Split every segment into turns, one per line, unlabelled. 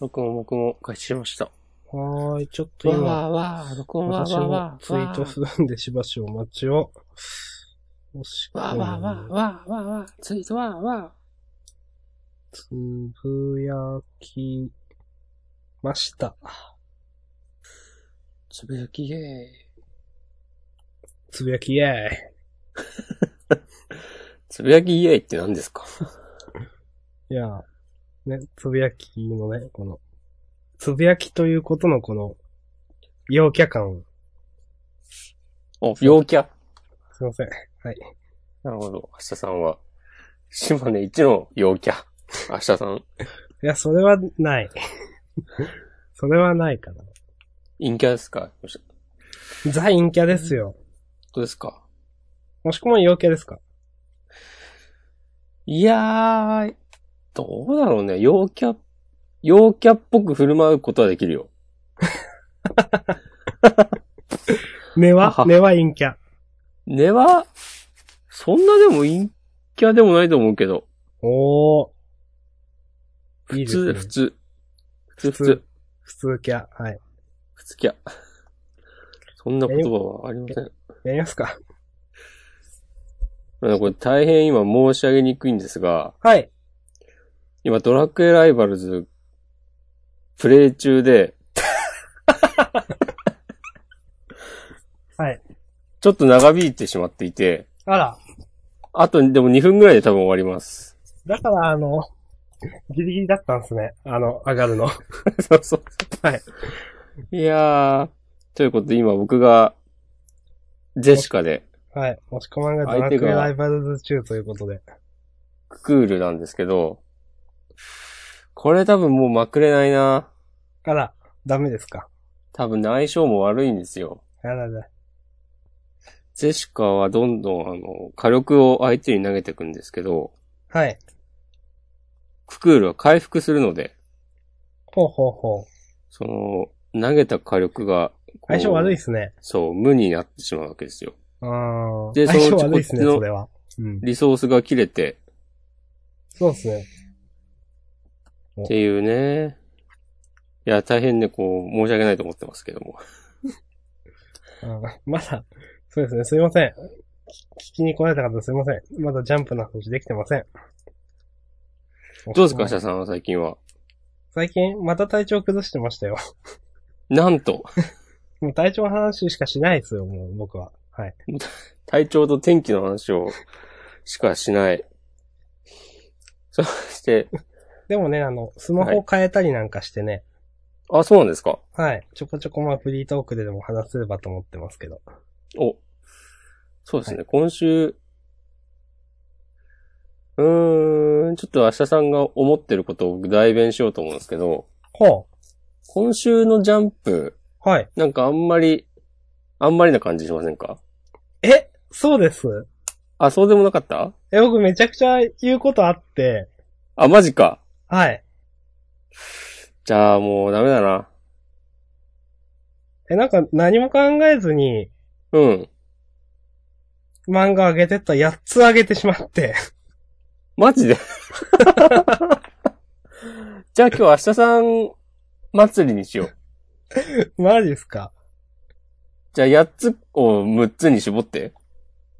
僕も僕も開始しました。
はーい、ちょっと
わー
今、
わー、録音わー
私
わー
も
わー。
ツイートするんでしばしお待ちを。もしく
わ
は
ーわーわーわーわーわー、ツイートわーわ
つぶやきました。
ー。つぶやきイェーイ。
つぶやきイェーイ。
つぶやきイェーイって何ですか
いや、ね、つぶやきのね、この、つぶやきということのこの、陽キャ感。
お、陽キャ。
すいません。はい。
なるほど。明日さんは、島根一の陽キャ。明日さん、
いや、それはない。 それはないかな。
陰キャですかど
ザ陰キャですよ。
うですか
もしくも陽キャですか
いやー、どうだろうね。陽キャ、陽キャっぽく振る舞うことはできるよ。
根
は
は
は
根は陰キャ。
根は、そんなでも陰キャでもないと思うけど。
おー。いい
普通、
ですね
普通。普通、普
普
通
通。普通キャ。はい。
普通キャ。そんな言葉はありません。
やりますか
あのこれ大変今申し上げにくいんですが、
はい。
今ドラクエライバルズ、プレイ中で、
はい。
ちょっと長引いてしまっていて、
あら。
あとでも2分ぐらいで多分終わり ます。
だから、あの、ギリギリだったんですね。あの、上がるの。
そうそう。
はい。
いやー、ということで今僕が、ジェシカで、
はい。押し込まんがド
相
ラク
手
エ
が
ライバルズ中ということで。
ククールなんですけど、これ多分もうまくれないな。
あら、ダメですか。
多分ね相性も悪いんですよ。
やらない。
ジェシカはどんどんあの、火力を相手に投げていくんですけど、
はい。
ククールは回復するので、
ほうほうほう。
その、投げた火力が、こう
相性悪いですね。
そう、無になってしまうわけですよ。
うーん。
で
相性
そのうち
悪いですね、
こっちの
それは。うん。
リソースが切れて、
そうですね。
っていうね。いや、大変ね、こう、申し訳ないと思ってますけど も。
うんまだ、そうですね、すいません。き聞きに来られた方すいません。まだジャンプの話できてません。
どうですか、社
最
さんは最近は。
最近、また体調崩してましたよ。
なんと、
もう体調の話しかしないですよ、もう僕は。はい。
体調と天気の話を、しかしない。そして、
でもね、あの、スマホ変えたりなんかしてね、
あ、そうなんですか。
はい、ちょこちょこまあフリートークででも話せればと思ってますけど。
お。そうですね、今週、うーん、ちょっと明日さんが思ってることを僕代弁しようと思うんですけど、
ほ
今週のジャンプ、
う。はい。
なんかあんまり、あんまりな感じしませんか
えそうです
あ、そうでもなかった
え、僕めちゃくちゃ言うことあって、
あ、マジか。
はい。
じゃあもうダメだな。
え、なんか何も考えずに、
うん。
漫画上げてったら8つ上げてしまって。
マジで じゃあ今日明日さん祭りにしよう。
マジですか
じゃあ8つを6つに絞って。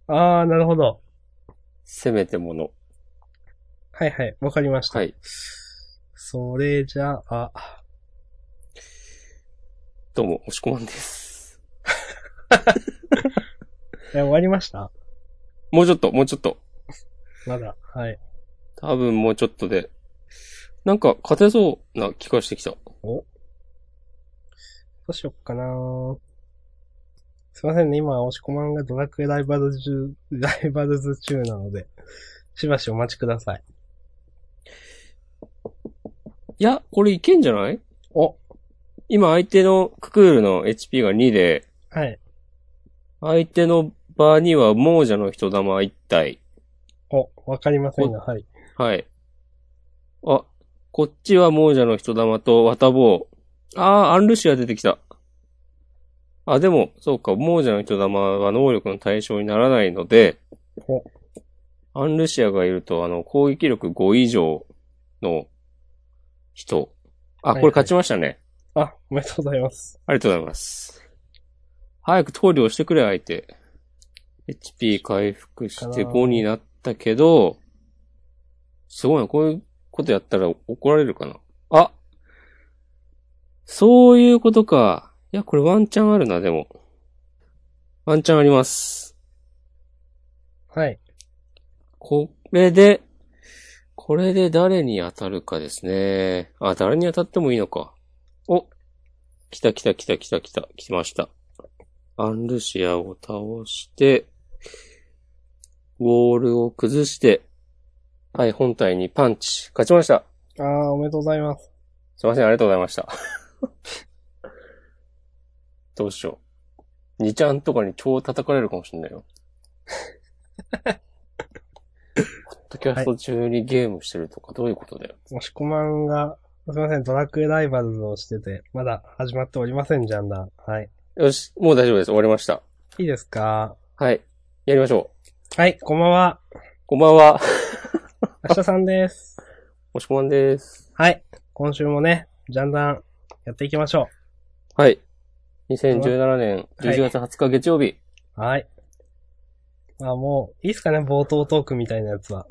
あー、なるほど。
せめてもの。
はいはい、わかりました。
はい。
それじゃあ、
どうも、押し込まんです。
え、終わりました
もうちょっと、もうちょっと。
まだ。はい。
多分もうちょっとで。なんか勝てそうな気がしてきた。
どうしよっかなすいませんね、今、押し込まんがドラクエライバルズ中、 ライバルズ中なので、しばしお待ちください。
いや、これいけんじゃない
お
今相手のククールの HP が2で、
はい。
相手の場には亡者の人玉1体。
お、わかりませんが、はい。
はい。あ、こっちは亡者の人玉と綿棒。あー、アンルシア出てきた。あ、でも、そうか、亡者の人玉は能力の対象にならないので
お、
アンルシアがいると、あの、攻撃力5以上の人あ、これ勝ちましたね。
あ、おめでとうございます。
ありがとうございます。早く投了してくれ、相手。HP 回復して5になったけど、すごいな、こういうことやったら怒られるかな。あそういうことか。いや、これワンチャンあるな、でも。ワンチャンあります。
はい。
これで、これで誰に当たるかですね。あ、誰に当たってもいいのか。お来た来た来た来た来た、来ました。アンルシアを倒して、ウォールを崩して、はい、本体にパンチ。勝ちました。
あー、おめでとうございます。
すいません、ありがとうございま した。どうしよう。2ちゃんとかに超叩かれるかもしれない よ。ポッドキャスト中にゲームしてるとか、どういうことだよ。
もしこまんが、すいません、ドラクエライバルズをしてて、まだ始まっておりません、ジャンダー。はい。
よし、もう大丈夫です。終わりました。
いいですか
はい。やりましょ
はい、こんばんは。
う。こんばんは。
明日さんです。
もしこまんです。
はい。今週もね、ジャンダンやっていきましょ
はい。2017年11月20日月曜日。
う。はい。まあもう、いいっすかね、冒頭トークみたいなやつは。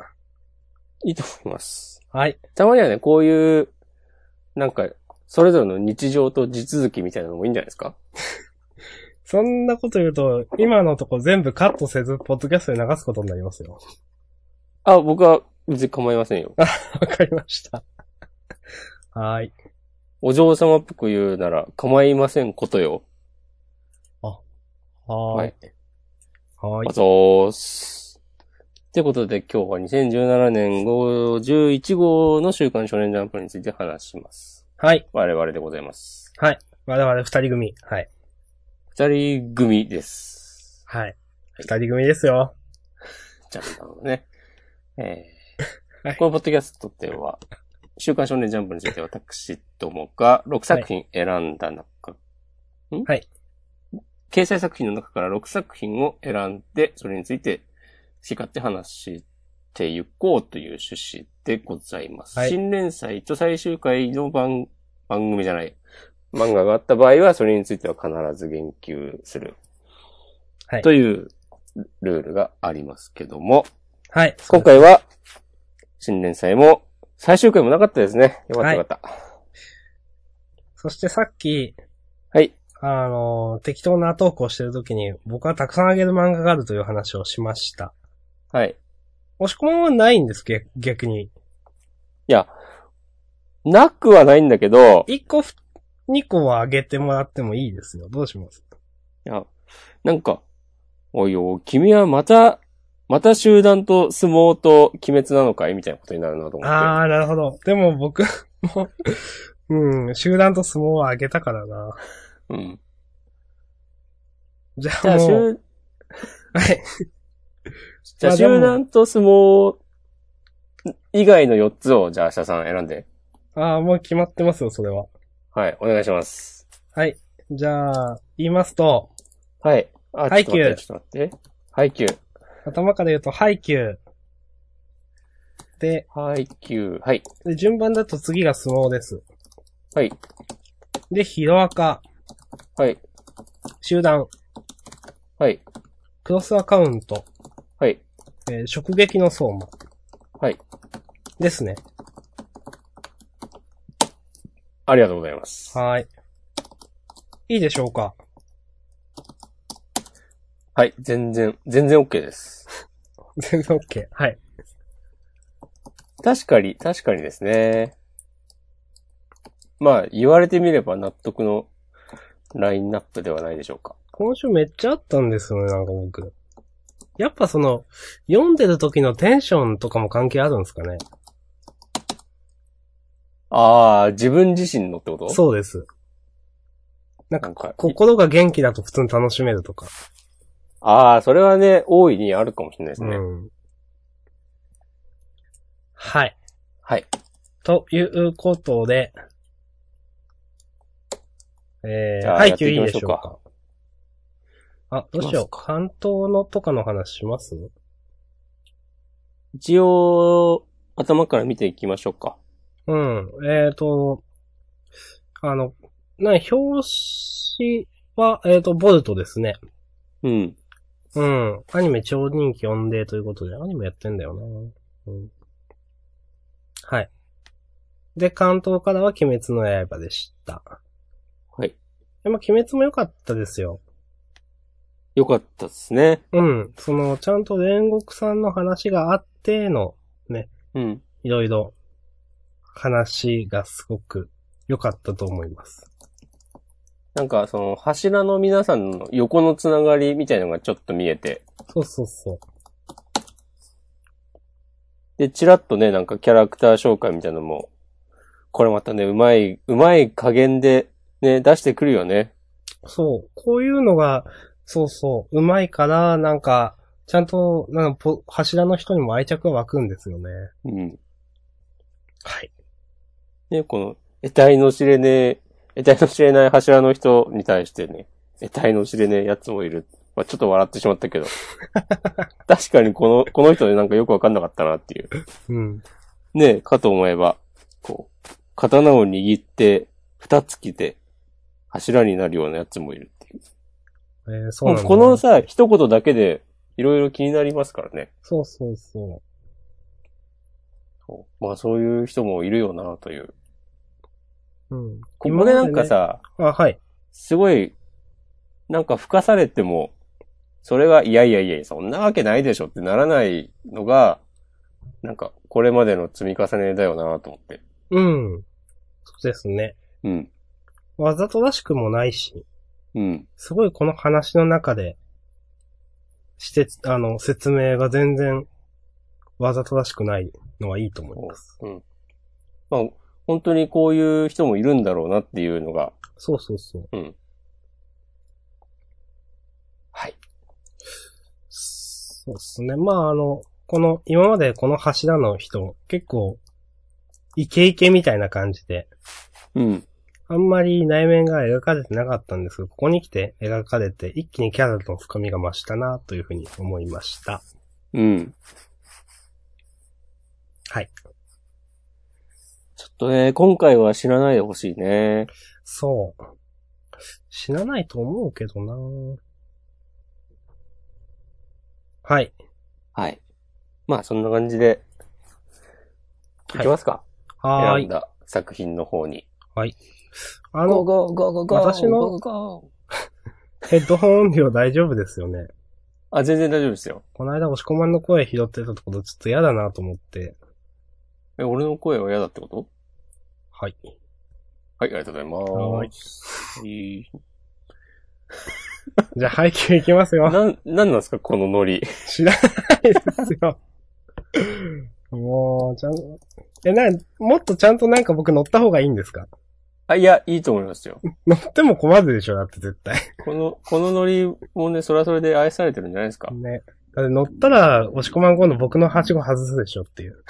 いいと思います。
はい。
たまにはね、こういう、なんか、それぞれの日常と地続きみたいなのもいいんじゃないですか
そんなこと言うと、今のとこ全部カットせず、ポッドキャストで流すことになりますよ。
あ、僕は別に構いませんよ。
わかりました。はい。
お嬢様っぽく言うなら構いませんことよ。
はーい。はーい
あ。ざーす。ってことで今日は2017年51号の週刊少年ジャンプについて話します。
はい。
我々でございます。
我々二人組。はい。
二人組です。
はい。二人組ですよ。
じゃあ、なのね。えー
はい
このポッドキャストでは、週刊少年ジャンプについて私どもが6作品選んだ中、ん
はい。
掲載作品の中から6作品を選んで、それについて好き勝手話していこうという趣旨でございます。
はい
新連載と最終回の番、番組じゃない、漫画があった場合は、それについては必ず言及する。
はい
というルールがありますけども、
はい。
今回は、新連載も、最終回もなかったですね。よかったよかった。
そしてさっき、
はい。
あのー、適当な投稿してるときに、僕はたくさんあげる漫画があるという話をしました。
はい。
押し込まんはないんですけ、逆に。
いや、なくはないんだけど、
1個、2個はあげてもらってもいいですよ。どうします
いや、なんか、おいおい、君はまた、また集団と相撲と鬼滅なのかいみたいなことになるなと思って。
あー、なるほど。でも僕も、うん、集団と相撲はあげたからな。
うん。
じゃ
じゃ
あ
あ、
もう、
集、
はい。
じゃあ
まあでも
集団と相撲以外の4つを、じゃあ、明日さん選んで。
あー、もう決まってますよ、それは。
はい、お願いします。
はい。じゃあ、言いますと、
はい。あ、
ハイ
ち
キ
ょっと待っ
ュー
て、ちょっと待って。ハイキュー。
頭から言うと、ハイキュー。で、
ハイキュー。はい。
で順番だと次が相撲です。
はい。
で、ヒロアカ、
はい。
集団、
はい。
クロスアカウント、
はい。
えー、直撃の相馬。
はい。
ですね。
ありがとうございます。
はーい。いいでしょうか
はい。全然、全然 OK です。
全然 OK。はい。
確かに、確かにですね。まあ、言われてみれば納得のラインナップではないでしょうか。
今週めっちゃあったんですよね、なんか僕。やっぱその、読んでる時のテンションとかも関係あるんですかね
ああ、自分自身のってこと
そうです。
う。なんか、
心が元気だと普通に楽しめるとか。
ああ、それはね、大いにあるかもしれないです
う
ね。
ん。はい。
はい。
ということで、え
じ
ー、
ゃあ
配
や
給
ってい
いい
きま
で
しょう
しょうか。あ、どうし
行
よう。関東のとかの話します
一応、頭から見ていきましょうか。
うん。えっ、ー、と、あの、な、表紙は、えっ、と、ボルトですね。
うん。
うん。アニメ超人気4デーということで、アニメやってんだよな。うん。はい。で、関東からは鬼滅の刃でした。
はい。
でまあ、鬼滅も良かったですよ。
よかったっすね。
うん。その、ちゃんと煉獄さんの話があっての、
うん。
いろいろ、話がすごく良かったと思います。
なんか、その、柱の皆さんの横のつながりみたいのがちょっと見えて、
そうそうそう。
で、チラッとね、なんかキャラクター紹介みたいなのも、これまたね、うまい、うまい加減で、ね、出してくるよね。
そう。こういうのが、そうそう、うまいから、なんか、ちゃんと、なんかポ、柱の人にも愛着が湧くんですよね。
うん。
はい。
ね、この、得体の知れねえ、得体の知れない柱の人に対してね、得体の知れねえやつもいる。まあ、ちょっと笑ってしまった けど。確かにこの、この人でなんかよくわかんなかったなっていう。
うん。
ねえ、かと思えば、こう、刀を握って、二つ着て、柱になるようなやつもいるっていう。
えーそうなんだ、
もうこの、さ、一言だけで、いろいろ気になりますからね。
そうそうそ
そうまあそういう人もいるよな、という。
う。うん。
ここでなんかさ、
今までね、あ、はい。
すごい、なんか吹かされても、それが、いやいやいや、そんなわけないでしょってならないのが、なんか、これまでの積み重ねだよなと思って。
うん。そうですね。
うん。
わざとらしくもないし、
うん。
すごいこの話の中で、して、あの、説明が全然、わざとらしくないのはいいと思います。
うん。まあ、本当にこういう人もいるんだろうなっていうのが、
そうそうそう。
はい。
そうですね。まあ、あの、この、今までこの柱の人、結構、イケイケみたいな感じで、
うん。
あんまり内面が描かれてなかったんですが、ここに来て描かれて、一気にキャラの深みが増したな、というふうに思いました。
うん。
はい。
ちょっとね、今回は知らないでほしいね。
そう。死なないと思うけどなはい。
はい。まあ、そんな感じで、いきますか、
はー
選ん
い。
だ作品の方に。
あの、
ゴーゴーゴーゴー
私の
ゴーゴ
ヘッドホン音量大丈夫ですよね。
ーあ、全然大丈夫ですよ。
この間押し込まんの声拾ってたところ、ちょっと嫌だなと思って。
え、俺の声は嫌だってこと
はい。
はい、ありがとうございます。はい。
じゃあ、配給いきますよ。
なん、なんなんですか、このノリ。
知らないですよ。もう、ちゃん、え、な、もっとちゃんとなんか僕乗った方がいいんですか
あ、いや、いいと思いますよ。
乗っても困るでしょ、だって絶対。
この、このノリもね、それはそれで愛されてるんじゃないですか。
ね。だって乗ったら、押し込まん今度僕のハシゴ外すでしょっていう。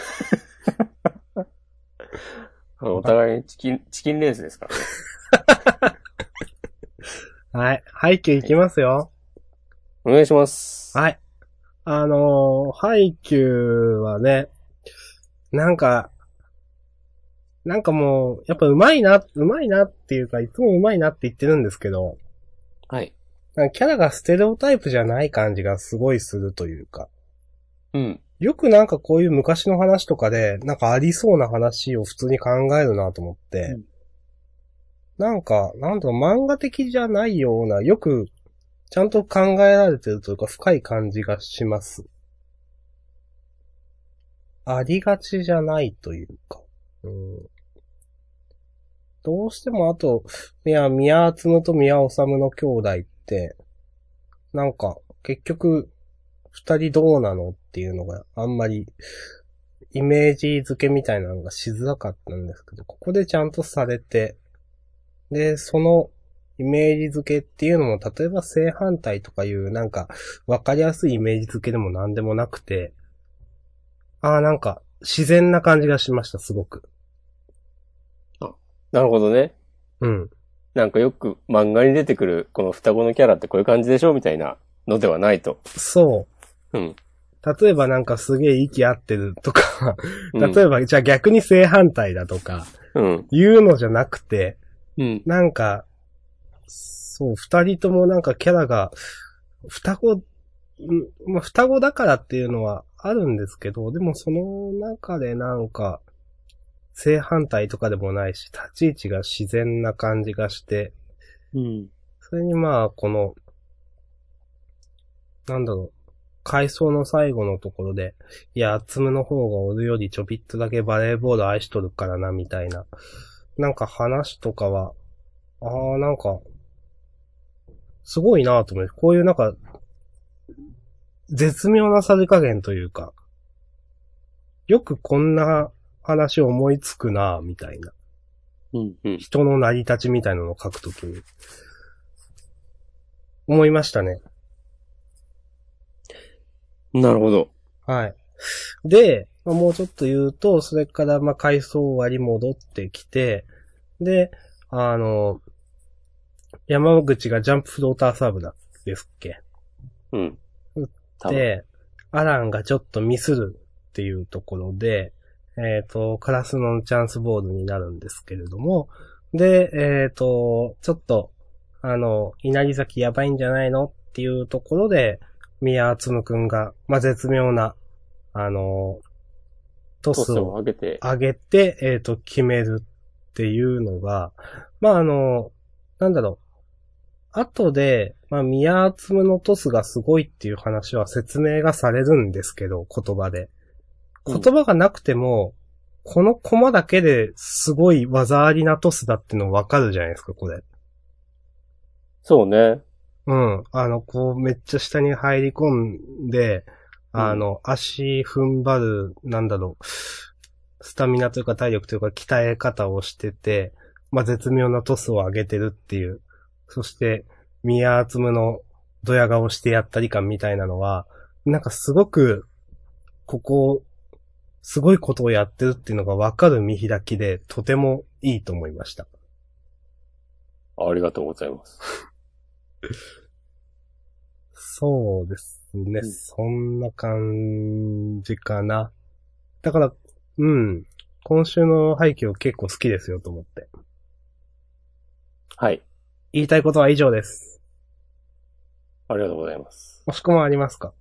お互いにチキン、チキンレースですからね。
はい。配給いきますよ。
お願いします。
はい。あのー、配給はね、なんか、なんかもう、やっぱうまいな、うまいなっていうか、いつもうまいなって言ってるんですけど、
はい。
なんかキャラがステレオタイプじゃない感じがすごいするというか、
うん。
よくなんかこういう昔の話とかで、なんかありそうな話を普通に考えるなと思って、
うん
なんか、なんだろう、漫画的じゃないような、よく、ちゃんと考えられてるというか、深い感じがします。ありがちじゃないというか。うん、どうしてもあと、いや、宮厚と宮治の兄弟って、なんか、結局、二人どうなのっていうのがあんまりイメージ付けみたいなのがしづらかったんですけど、ここでちゃんとされて、で、そのイメージ付けっていうのも、例えば正反対とかいうなんかわかりやすいイメージ付けでも何でもなくて、ああ、なんか自然な感じがしました、すごく。
なるほどね。
うん。
なんかよく漫画に出てくるこの双子のキャラってこういう感じでしょみたいなのではないと。
そう。
うん。
例えばなんかすげえ息合ってるとか、
うん
例えば、じゃあ逆に正反対だとか、
うん。
言うのじゃなくて、
うん。
なんか、そう、二人ともなんかキャラが、双子、んまあ、双子だからっていうのはあるんですけど、でもその中でなんか、正反対とかでもないし、立ち位置が自然な感じがして、
うん。
それにまあ、この、なんだろう、回想の最後のところで、いや、つむの方が俺よりちょびっとだけバレーボール愛しとるからな、みたいな。なんか話とかは、ああ、なんか、すごいなと思う。こういうなんか、絶妙なさじ加減というか、よくこんな話思いつくなみたいな。
うん。うん。
人の成り立ちみたいなのを書くときに。思いましたね。
なるほど。
はい。で、まあもうちょっと言うと、それから、まあ、回想割り戻ってきて、で、あの、山口がジャンプフローターサーブだ、ですっけ
うん。多分
で、アランがちょっとミスるっていうところで、えっ、と、カラスのチャンスボールになるんですけれども、で、えっ、と、ちょっと、あの、稲荷崎やばいんじゃないのっていうところで、宮厚夢くんが、まあ、絶妙な、あの、ト
トス
ス
を
を
上げて。
上げて、えっ、と、決めるっていうのが、まあ、あの、なんだろう。後で、まあ、宮厚むのトスがすごいっていう話は説明がされるんですけど、言葉で。
うん
言葉がなくても、このコマだけですごい技ありなトスだってのわかるじゃないですか、これ。
そうね。
うん。あの、こう、めっちゃ下に入り込んで、あの、足踏ん張る、なんだろう、スタミナというか体力というか鍛え方をしてて、まあ、絶妙なトスを上げてるっていう。そして、宮厚むのドヤ顔してやったり感みたいなのは、なんかすごく、ここ、すごいことをやってるっていうのがわかる見開きで、とてもいいと思いました。
ありがとうございます。
そうですね。
うん
そんな感じかな。だから、うん。今週の背景を結構好きですよと思って。
はい。
言いたいことは以上です。
ありがとうございます。
もしくもありますか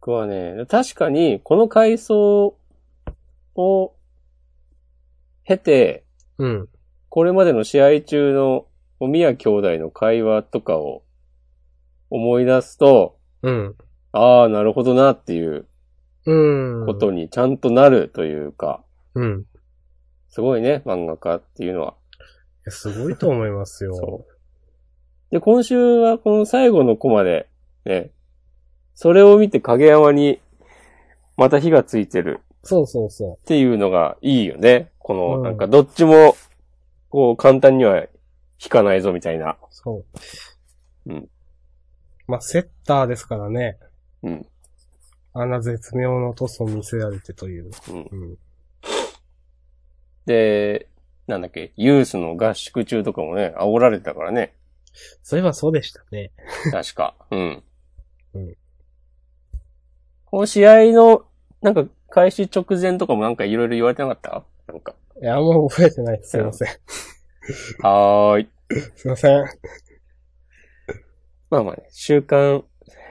僕はね、確かに、この回想を経て、
うん。
これまでの試合中の宮兄弟の会話とかを思い出すと、
うん。
ああ、なるほどなっていう
うん。
ことにちゃんとなるというか、
うん。い
すごいね、漫画家っていうのは。
やすごいと思いますよ。
そう。で、今週はこの最後のコマで、ね、それを見て影山にまた火がついてる
そうそうそ
っていうのがいいよね。この、
うん
なんかどっちも、こう簡単には引かないぞみたいな
う。。そう。
うん。
まあ、セッターですからね。
うん。
あんな絶妙のトスを見せられてという。
うん
うん。
で、なんだっけ、ユースの合宿中とかもね、煽られてたからね。
そういえばそうでしたね。
確か。うん。
うん
この試合の、なんか、開始直前とかもなんかいろいろ言われてなかったなんか、
いや、もう覚えてない。すいません。
はーい。
すいません。
まあまあね、週刊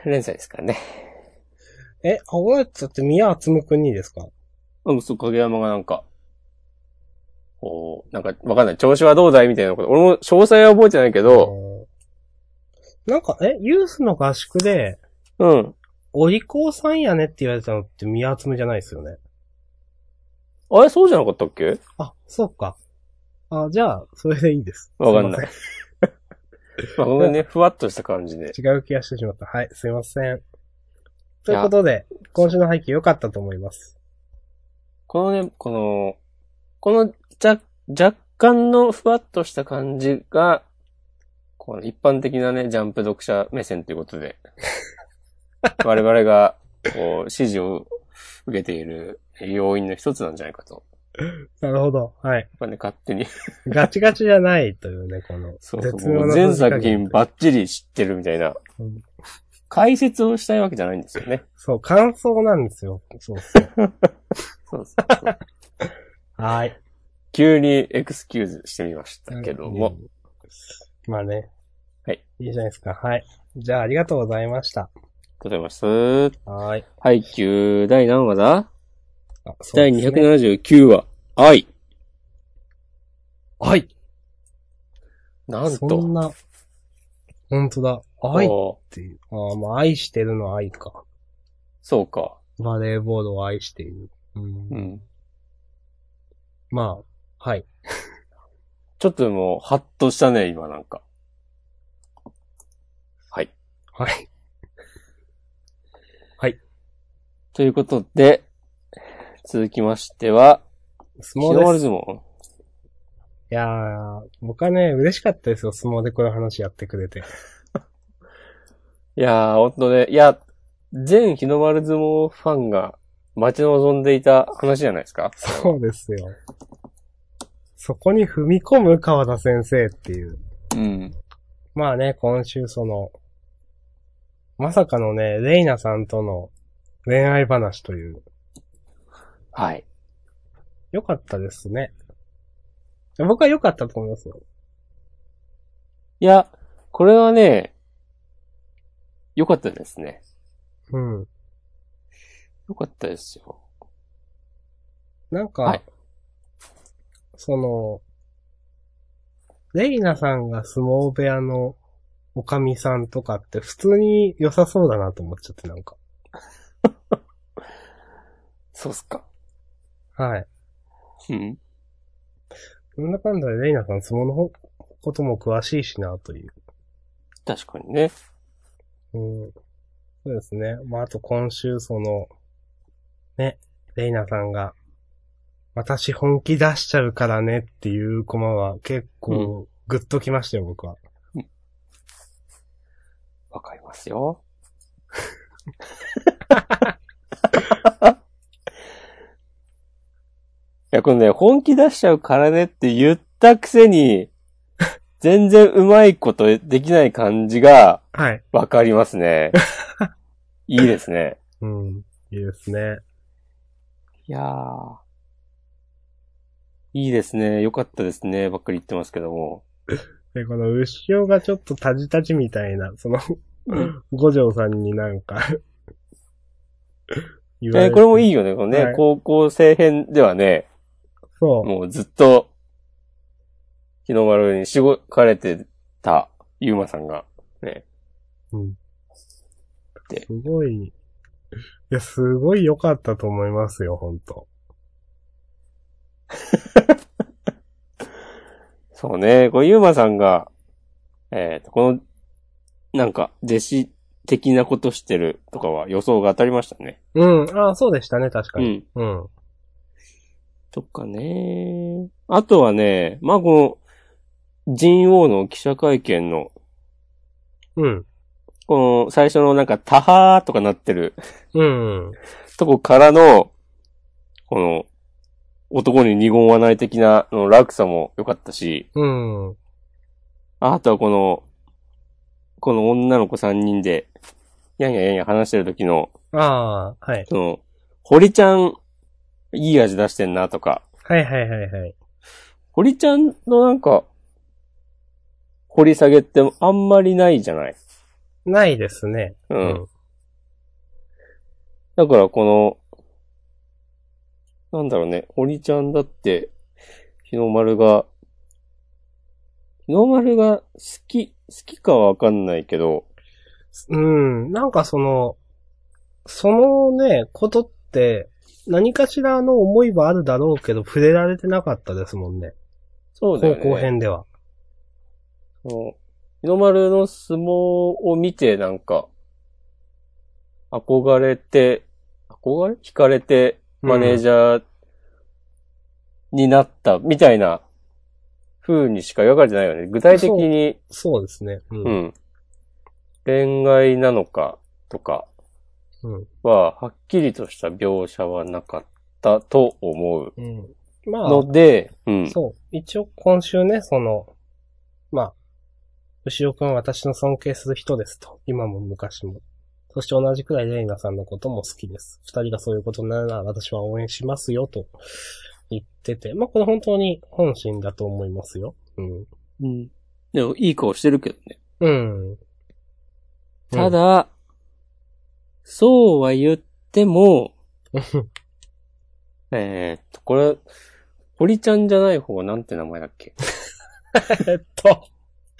連載ですからね。
え、青やつって宮厚むくんにですか
うん、そう、影山がなんか、こう、なんか、わかんない。調子はどうだいみたいなこと。俺も詳細は覚えてないけど、
う。なんか、え、ユースの合宿で、
うん。
お利口さんやねって言われたのって宮厚むじゃないですよね。
あれ、そうじゃなかったっ け
あ、そうか。あ、じゃあ、それでいいです。
わかんない
す
まあ、ごめんね、ふわっとした感じで。
いません。違う気がしてしまった。はい、すいません。ということで、今週の背景良かったと思います。
このね、この、この若若干のふわっとした感じが、この一般的なね、ジャンプ読者目線ということ で、我々が、こう、指示を受けている要因の一つなんじゃないかと。
なるほど。はい
や。っぱね、勝手に。
ガチガチじゃないというね、この、
そう
絶
も
妙
う
な
全
文字加
作
減
品バッチリ知ってるみたいな
うん。
解説をしたいわけじゃないんですよね。
そ う、感想なんですよ。そうそう。
そうそうそう。
はい。
急にエクスキューズしてみましたけども。
まあね。
はい。
いいじゃないですか。はい。じゃあ、ありがとうございました。
ございます。
はーい。
配給第何話だ、
あそう
第
ですね
279話。愛。愛。なん
そん
と。
な、本当だ。愛っ
おー
ていう。ああ、まあ、愛してるの愛か。
そうか。
バレーボールを愛している。うん。
うん。
まあ、はい。
ちょっともう、ハッとしたね、今なんか。はい。
はい。
ということで、続きましては、
相
日
撲
の
で
丸
す。
相撲。
いやー、僕はね、嬉しかったですよ。相撲でこういう話やってくれ て。
いやー、ほんとね、いや、全日の丸相撲ファンが待ち望んでいた話じゃないですか。
そうですよ。そこに踏み込む川田先生っていう。
うん。
まあね、今週その、まさかのね、レイナさんとの恋愛話という。
はい。
良かったですね。僕は良かったと思いますよ。
いや、これはね、良かったですね。
うん。
良かったですよ。
なんか、
はい
その、レイナさんが相撲部屋のおかみさんとかって普通に良さそうだなと思っちゃってなんか。
そうっすか。
はい。
うん。
なんだかんだでレイナさん相撲のことも詳しいしなという。
確かにね。
うん。そうですね。まあ、あと今週その、ね、レイナさんが、私本気出しちゃうからねっていうコマは結構グッときましたよ、僕は。
わかりますよ。いや、このね、本気出しちゃうからねって言ったくせに、全然うまいことできない感じが
はい。
わかりますね。いいですね。
うん。いいですね。
いやー。いいですね。よかったですね。ばっかり言ってますけども。
で、この牛尾がちょっとタジタジみたいな、その、五条さんになんか言
えーこれもい
い。
いよね。このね、
はい
高校生編ではね、
そう。
もうずっと、日の丸にしごかれてた、ゆうまさんが、ね。
うん
で。
すごい、いや、すごい良かったと思いますよ、本当
そうね、こうゆうまさんが、えっ、と、この、なんか、弟子的なことしてるとかは予想が当たりましたね。
うん。ああ、そうでしたね、確か
う
に。
ん。
うん。
とかね。あとはね、まあ、この、神王の記者会見の、
うん。
この、最初のなんか、タハーとかなってる
うん。
とこからの、この、男に二言はない的な、の落差も良かったし、
うん。
あとはこの、この女の子三人で、やんややんや話してる時の、
ああ、はい。
その、堀ちゃん、いい味出してんなとか、
はいはいはいはい。
堀ちゃんのなんか、掘り下げってあんまりないじゃない
ないですね。
う。。
うん
だからこの、なんだろうね、堀ちゃんだって、日の丸が、日の丸が好き、好きかはわかんないけど、
うん。なんかその、そのね、ことって、何かしらの思いはあるだろうけど、触れられてなかったですもんね。
そうだよ
高
ね。
校編では。
そう日の丸の相撲を見て、なんか、憧れて、憧れ惹かれて、マネージャーになった、みたいな、風にしか描かれてないよね。具体的に、
そうですね。う。
うんん。恋愛なのか、とか
うん。
は、はっきりとした描写はなかったと思う
うん。まあ、
ので、うん。
そう。一応今週ね、その、まあ、牛尾くんは私の尊敬する人ですと。今も昔も。そして同じくらいレイナさんのことも好きです。二人がそういうことになるなら私は応援しますよと言ってて、まあ、これ本当に本心だと思いますよ。うん。
うん。でも、いい顔してるけどね。
うん。
ただ、そうは言っても、えーっと、これ、堀ちゃんじゃない方はなんて名前だっ け
えっと、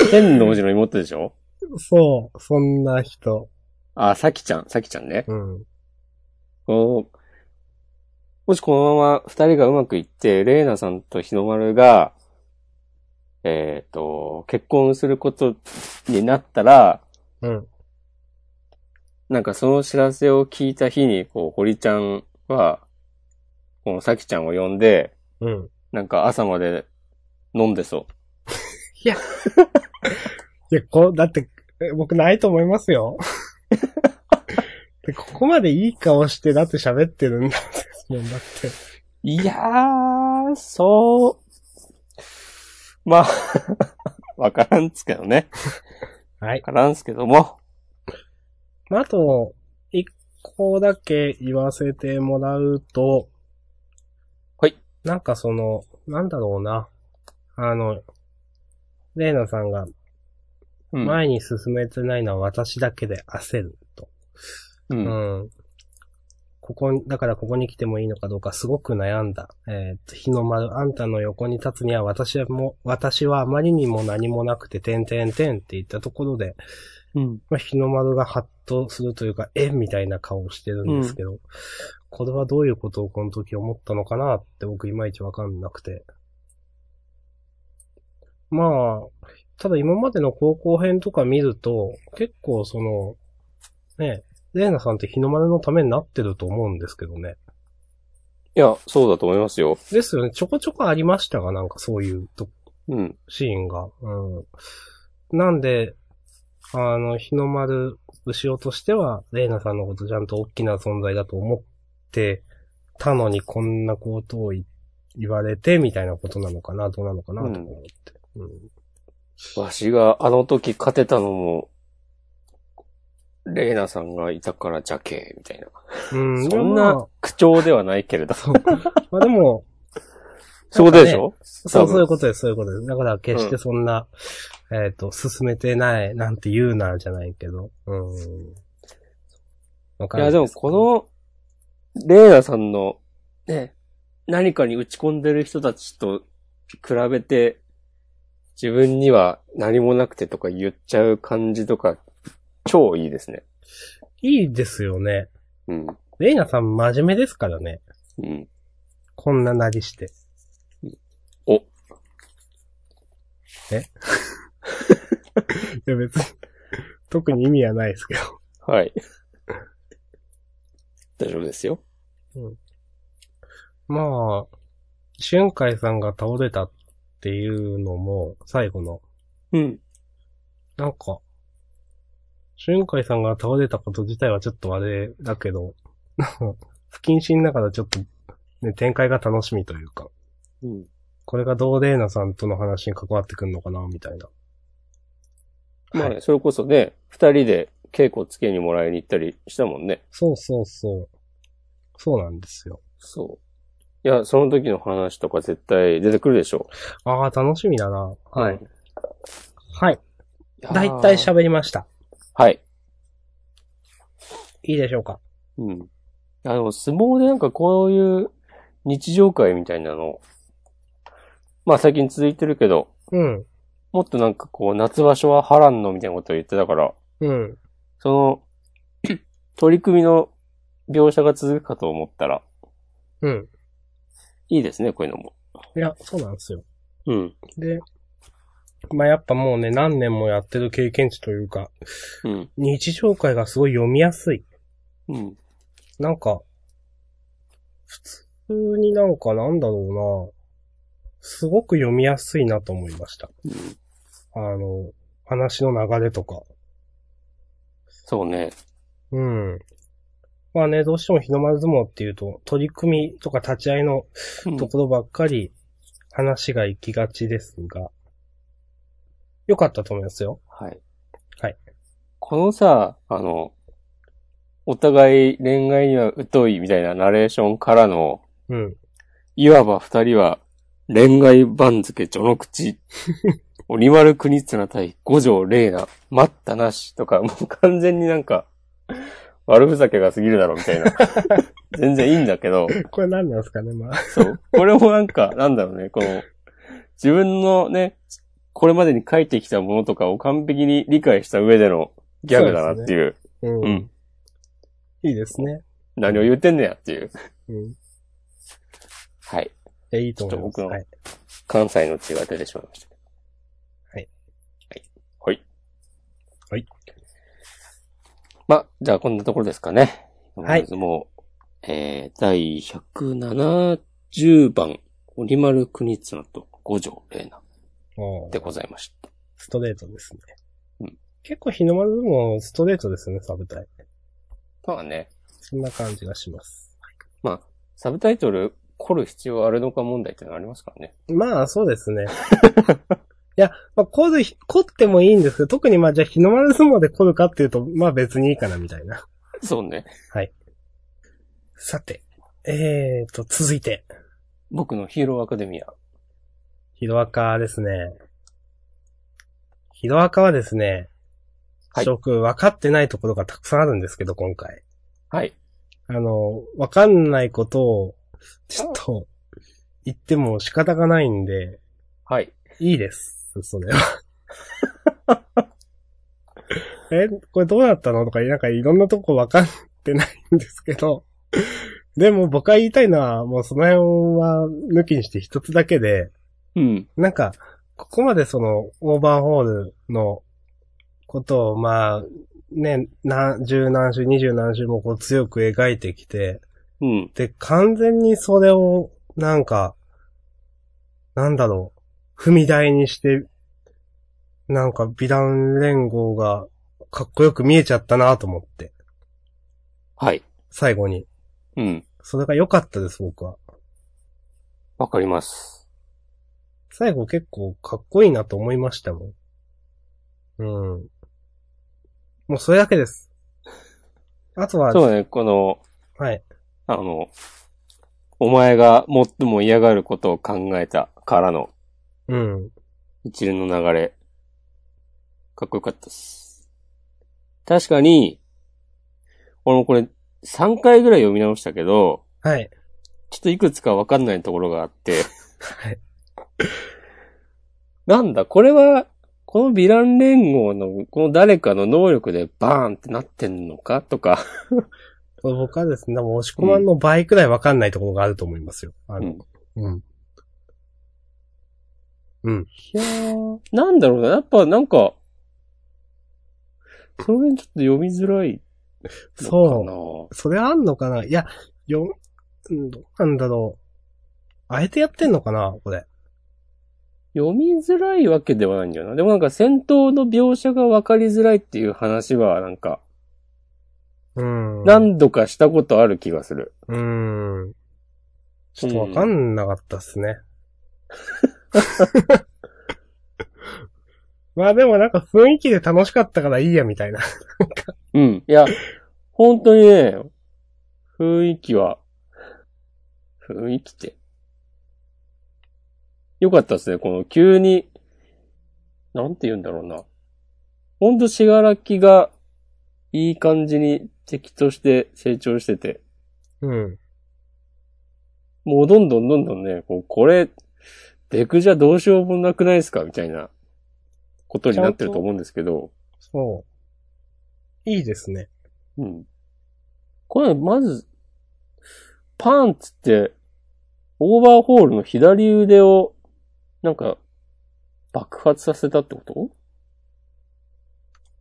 天王寺の妹でしょ
そう、そんな人。
あ、さきちゃん、さきちゃんね。
うん。
こう、もしこのまま二人がうまくいって、レイナさんと日の丸が、えーっと、結婚することになったら、
うん。
なんかその知らせを聞いた日に、こう、堀ちゃんは、このさきちゃんを呼んで、
うん。
なんか朝まで飲んでそ
いや、こう、だって、え僕ないと思いま すよ。でここまでいい顔して、だって喋ってるんだもんだって。
う。いやー、そう。まあ、 わからんっすけどね。
はい
わ。からんっすけども。
まあ、あと、一個だけ言わせてもらうと、
はい。
なんかその、なんだろうな。あの、レイナさんが
うん。
前に進めてないのは私だけで焦ると。
う。
うんん。ここに、だからここに来てもいいのかどうかすごく悩んだ。えーっと、日の丸、あんたの横に立つには私はも、私はあまりにも何もなくて、てんてんてんって言ったところで、
うん。
まあ、日の丸がハッとするというか、えみたいな顔をしてるんですけど、これはどういうことをこの時思ったのかなって僕いまいちわかんなくて。まあ、ただ今までの高校編とか見ると、結構その、ね、レーナさんって日の丸のためになってると思うんですけどね。
いや、そうだと思いますよ。
ですよね、ちょこちょこありましたが、なんかそういうと
うん。
シーンが。うん。なんで、あの、日の丸、牛尾としては、レイナさんのことちゃんと大きな存在だと思ってたのに、こんなことをい言われて、みたいなことなのかな、どうなのかな、と
うん
思って。うん。
わしがあの時勝てたのも、レイナさんがいたからじゃけ、みたいな。
うん、
そん
ま
な
あ
口調ではないけれど。
そう。まあで も、
そういうことでしょ、
そ
多
う、
分
そういうことです、そういうことです。だから、決してそんな、えっ、と、進めてない、なんて言うな、じゃないけど。うん。わか
い
んな
や、でも
す
この、レイナさんの、ね、何かに打ち込んでる人たちと比べて、自分には何もなくてとか言っちゃう感じとか、超いいですね。
いいですよね。
うん。
レイナさん真面目ですからね。
うん。
こんななりして。
お。い
いや別に、特に意味はないですけど。
はい。 大丈夫ですよ。
まあ、俊海さんが倒れたっていうのも、最後の、
うん。
なんか、俊海さんが倒れたこと自体はちょっとあれだけど、不謹慎だからちょっと、ね、展開が楽しみというか、
うん。
これがどうレイナさんとの話に関わってくるのかな、みたいな。
まあ
は
ね、それこそね、二人で稽古つけにもらいに行ったりしたもんね。
そうそうそう。そうなんですよ。
そう。いや、その時の話とか絶対出てくるでしょ
ああ、楽しみだな。
う。
はい。。はい。だい
大
たい
体
喋りました。
はい。
いいでしょうか
うん。あの、相撲でなんかこういう日常会みたいなの、まあ最近続いてるけど、
うん。
もっとなんかこう、夏場所は波乱のみたいなことを言ってたから、
うん。
その、 取り組みの描写が続くかと思ったら、
うん。
いいですね、こういうのも。
いや、そうなんですよ。
うん。
で、まあ、やっぱもうね、何年もやってる経験値というか、
うん。
日常会がすごい読みやすい。
うん。
なんか、普通になんかなんだろうな、すごく読みやすいなと思いました。
うん
あの、話の流れとか。
そうね。
うん。まあね、どうしても日の丸相撲っていうと、取り組みとか立ち合いの
うん
ところばっかり話が行きがちですが、良かったと思いますよ。
はい。
はい。
このさ、あの、お互い恋愛には疎いみたいなナレーションからの、
うん。
いわば二人は、恋愛番付序の 口、鬼丸国綱対五条玲奈、待ったなしとか、もう完全になんか、悪ふざけが過ぎるだろ、みたい な。全然いいんだけど、
これ何なんですかね、まあ。
そう。これもなんか、なんだろうね、この、自分のね、これまでに書いてきたものとかを完璧に理解した上でのギャグだなっていう。
うん。
うん。
いいですね。
何を言ってんねやっていう。
うん。い
はい。
や、いいと思います。
ちょっと僕の
はい。
関西の血が出てしまいました。
はい。
はい。
はい。はい。
ま、じゃあこんなところですかね。
はい
まずもう、えー、第170番、鬼丸国綱と五条玲奈
お
で
ー
ございました。
ストレートですね。
うん
結構日の丸もストレートですね、サブタイ。
まあね、
そんな感じがします。
まあ、サブタイトル、凝る必要あるのか問題ってのありますからね。
まあ、そうで すね。いや、まあ、凝る、凝ってもいいんですけど、特にまあ、じゃあ日の丸相撲で凝るかっていうと、まあ別にいいかな、みたいな。
そうね。
さて、えーと、続いて、
僕のヒーローアカデミア。
ヒロアカですね。ヒロアカはですね、
はい
諸君分かってないところがたくさんあるんですけど、今回。
はい。
あの、わかんないことを、ちょっと、言っても仕方がないんで、
はい。
いいです。それは。 え、これどうだったのとか、なんかいろんなとこわかってないんですけど、でも僕が言いたいのは、もうその辺は抜きにして一つだけで、
うん。
なんか、ここまでその、オーバーホールのことを、まあ、ね、何、十何週、二十何週もこう強く描いてきて、
うん。
で、完全にそれを、なんか、なんだろう、踏み台にして、なんか、美談連合が、かっこよく見えちゃったなと思って、
はい。
最後に。
うん。
それが良かったです、僕は。
わかります。
最後結構かっこいいなと思いましたもん。うん。もうそれだけです。あとは、
そうね、この、
はい。
あの、お前が最も嫌がることを考えたからの
うん。
一連の流れ。かっこよかったっす。確かに、俺もこれ3回ぐらい読み直したけど、
はい。
ちょっといくつかわかんないところがあって、
はい。
なんだ、これは、このヴィラン連合の、この誰かの能力でバーンってなってんのかとか、
これ僕はですね、でも押し込まんの倍くらいわかんないところがあると思いますよ。あの、うん。
いやー、なんだろうな。やっぱなんか、その辺ちょっと読みづらい
そう。
の
それあんのかないや、よ、うんどうなんだろう。あえてやってんのかなこれ。
かな。読みづらいわけではないんだよな。でもなんか戦闘の描写がわかりづらいっていう話はなんか、
うん。
何度かしたことある気がする。
うん。ちょっとわかんなかったっすね。まあでもなんか雰囲気で楽しかったからいいや、みたいな。
うん。いや、本当にね、雰囲気は、雰囲気って。よかったですね。この急に、なんて言うんだろうな。ほんと、しがらきが、いい感じに敵として成長してて、
うん。
もうどんどんどんどんね、こうこれ、デクじゃどうしようもなくないですかみたいな、ことになってると思うんですけど。
そう。いいですね。
うん。これ、まず、パンっつって、オーバーホールの左腕を、なんか、爆発させたってこ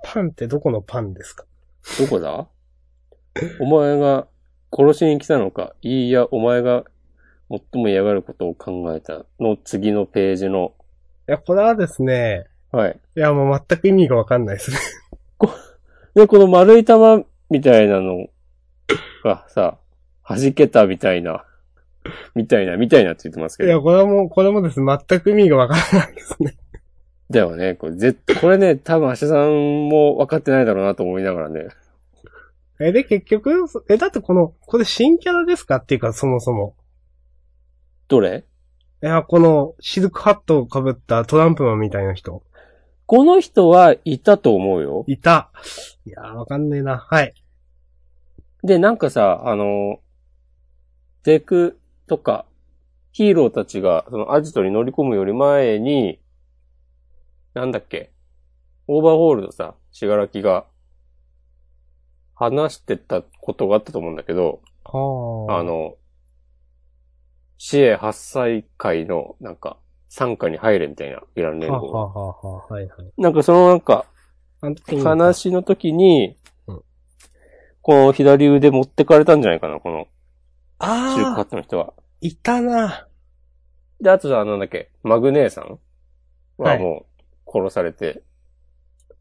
パンってどこのパンですか
とどこだお前が殺しに来たのかいいや、お前が最も嫌がることを考えたの次のページの、
いや、これはですね、
はい。
いや、もう全く意味がわかんないですね。
で、この丸い玉みたいなのがさ、弾けたみたいな、みたいな、みたいなって言ってますけ
い
ど。
や、これはもう、これもですね、全く意味がわからないですね。
だよね。これ、ぜこれね、多分、明日さんも分かってないだろうなと思いながらね。
え、で、結局、そえ、だってこの、これ新キャラですかっていうか、そもそも。
どれ
いや、この、シルクハットを被ったトランプマンみたいな人。
この人はいたと思うよ。
いた。いやー、わかんねえな。はい。
で、なんかさ、あの、デクとか、ヒーローたちが、そのアジトに乗り込むより前に、なんだっけ、オーバーホールドさ、しがらきが、話してたことがあったと思うんだけど、
は
あ。の、市営8歳会の、なんか、参加に入れみたいな、いらん連
は
合。
ははははいはい。
なんかそのなんか、
あの時に
話の時に
うん、
こう左腕持ってかれたんじゃないかな、この中華ハッ
あ
トの人は。
ー、いたな。
で、あとさ、なんだっけ、マグネーさん
は
はいもう殺されて、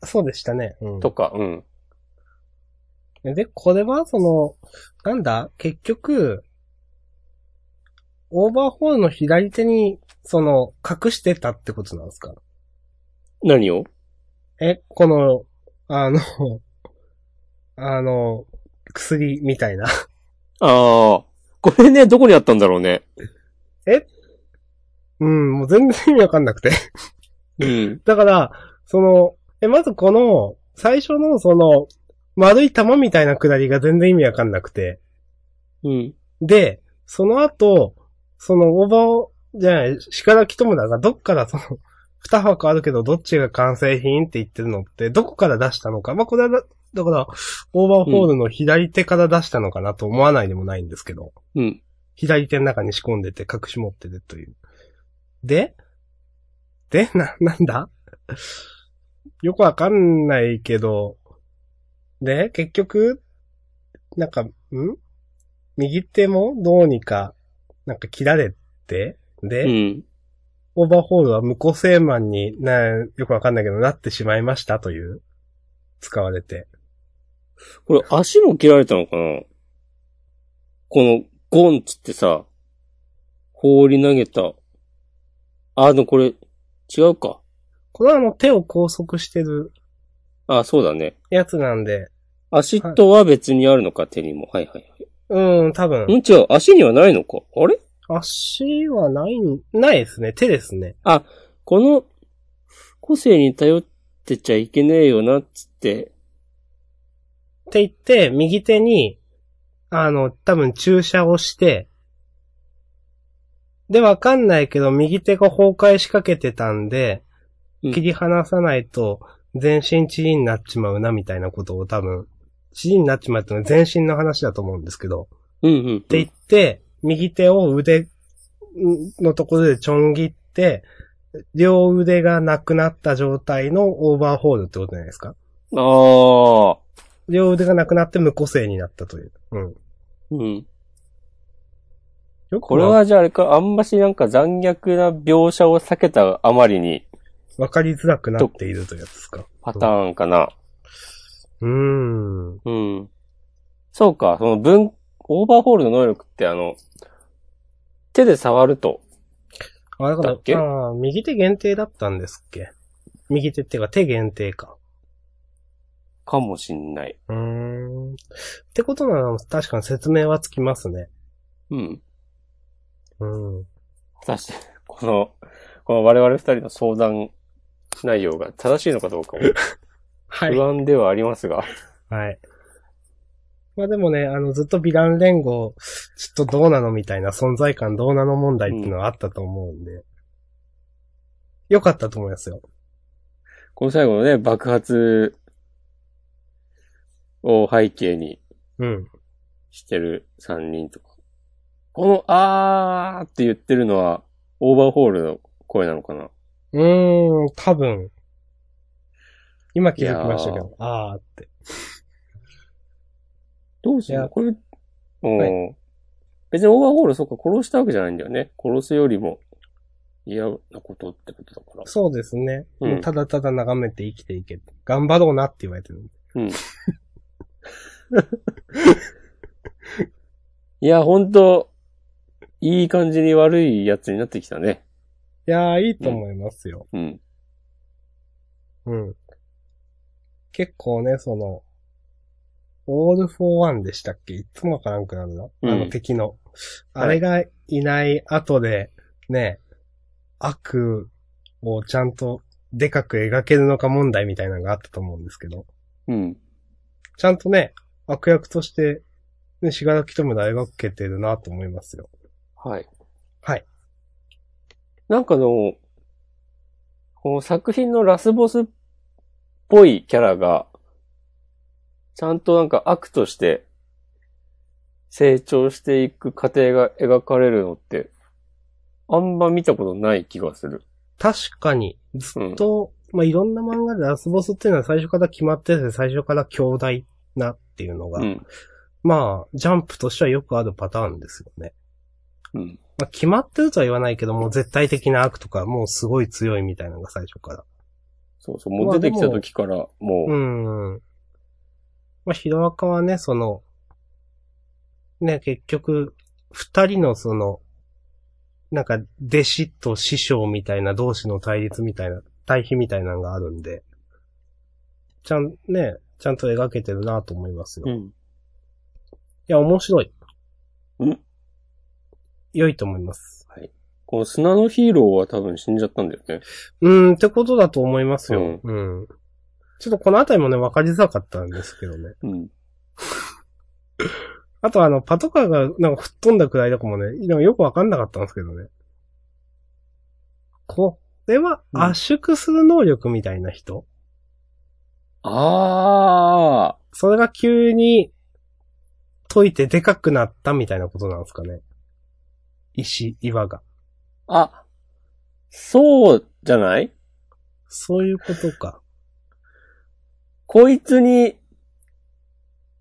そうでしたね。うん
とか、うん。
で、これは、その、なんだ結局、オーバーホールの左手に、その、隠してたってことなんですか
何を
え、この、あの、あの、薬みたいな。
ああ、これね、どこにあったんだろうね。
うん、もう全然意味わかんなくて。
うん。
だから、その、え、まずこの、最初のその、丸い玉みたいな下りが全然意味わかんなくて。
うん。
で、その後、そのオーバーを、じゃない、鹿田友だが、どっからその、二箱あるけど、どっちが完成品って言ってるのって、どこから出したのか。まあ、これはだ、だから、オーバーホールの左手から出したのかなと思わないでもないんですけど、
うん。
左手の中に仕込んでて隠し持っててという。でで、 な、なんだよくわかんないけど、で、結局、なんか、ん右手もどうにか、なんか切られて、で、
うん。
オーバーホールは無個性マンにな、よくわかんないけど、なってしまいましたという、使われて。
これ足も切られたのかなこの、ゴンっつってさ、放り投げた。あ、でもこれ、違うか。
これはあの、手を拘束してる
あ、そうだね。
やつなんで、
足とは別にあるのか、手にも。はいはいはい。
うん、多分
う。ん、違う。足にはないのか。あれ
足はないん、ないですね。手ですね。
この個性に頼ってちゃいけねえよな、っつって。
って言って、右手に、あの、多分注射をして、で、わかんないけど、右手が崩壊しかけてたんで、
うん
切り離さないと、全身チリになっちまうな、みたいなことを多分、チリになっちまうってのは全身の話だと思うんですけど、
うんうん、うん。
って言って、右手を腕のところでちょん切って、両腕がなくなった状態のオーバーホールってことじゃないですか
ああ。
両腕がなくなって無個性になったという。うん。
うん。
よく
これはじゃああれか、あんましなんか残虐な描写を避けたあまりに
わかりづらくなっているというやつですか。
パターンかな。
うーん。
うん。そうか、その分、オーバーホールの能力ってあの、手で触ると。
あ、だか
だっけ
ら、ああ、右手限定だったんですっけ。右手っていうか手限定か。
かもしんない。
うーん。ってことなら確かに説明はつきますね。
うん。
うん。
果たして、この、この我々二人の相談内容が正しいのかどうかも
は
不安ではありますが。
はい。まあでもね、あの、ずっとヴィラン連合、ちょっとどうなのみたいな存在感どうなの問題っていうのはあったと思うんで。よかったと思いますよ。
この最後のね、爆発を背景に
うん。
してる3人とか。この、あーって言ってるのは、オーバーホールの声なのかな。
うーん、多分。今気づきましたけ
い
ど。あーって。
どうする
いや
のこれ、もう、
は
別にオーバーホール、そっか、殺したわけじゃないんだよね。殺すよりも嫌なことってことだから。
そうですね。
うん
もうただただ眺めて生きていけ。頑張ろうなって言われてる。
いや、ほんと、いい感じに悪いやつになってきたね。
いやー、いいと思いますよ。
うん。
うん。結構ね、その、オールフォーワンでしたっけいつもわからんくなるな。あ
うん
の敵の。あれがいない後で、ね、悪をちゃんとでかく描けるのか問題みたいなのがあったと思うんですけど、
うん。
ちゃんとね、悪役として、ね、しがらきとも大描けてるなと思いますよ。
はい。
はい。
なんかの、この作品のラスボスっぽいキャラが、ちゃんとなんか悪として成長していく過程が描かれるのって、あんま見たことない気がする。
確かに、ず
うん
っ。と、まあ、いろんな漫画でラスボスっていうのは最初から決まってて、最初から強大なっていうのが、
うん。
まあ、ジャンプとしてはよくあるパターンですよね。
うん。
まあ、決まってるとは言わないけども、絶対的な悪とか、もうすごい強いみたいなのが最初から。
そうそう。もう出てきた時から、もう、
うん。まあ、ヒロアカはね、その、ね、結局、二人のその、なんか、弟子と師匠みたいな同士の対立みたいな、対比みたいなのがあるんで、ちゃん、ね、ちゃんと描けてるなと思いますよ。い
ん。
や、面白い。
うん
良いと思います。
この砂のヒーローは多分死んじゃったんだよね。
うーん、ってことだと思いますよ。うん。ちょっとこのあたりもね、わかりづらかったんですけどね。
うん。
あとあの、パトカーがなんか吹っ飛んだくらいとかもね、なんかよくわかんなかったんですけどね。これは
うん
圧縮する能力みたいな人、
ああ
それが急に解いてでかくなったみたいなことなんですかね。石、岩が。
あ、そうじゃない
そういうことか。
こいつに、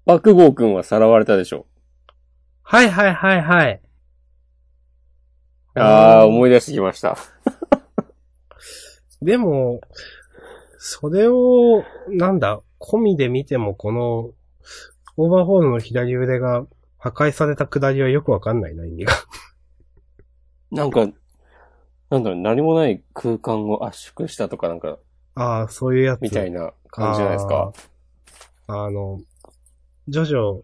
爆豪くんはさらわれたでしょ。
はいはいはいはい。
ああ、
うん
思い出してきました。
でも、それを、なんだ、込みで見てもこの、オーバーホールの左腕が破壊された下りはよくわかんないな、意味が。
なんか、なんだろう、何もない空間を圧縮したとかなんか、
ああ、そういうやつ。
みたいな感じじゃないですか。
あの、ジョジョ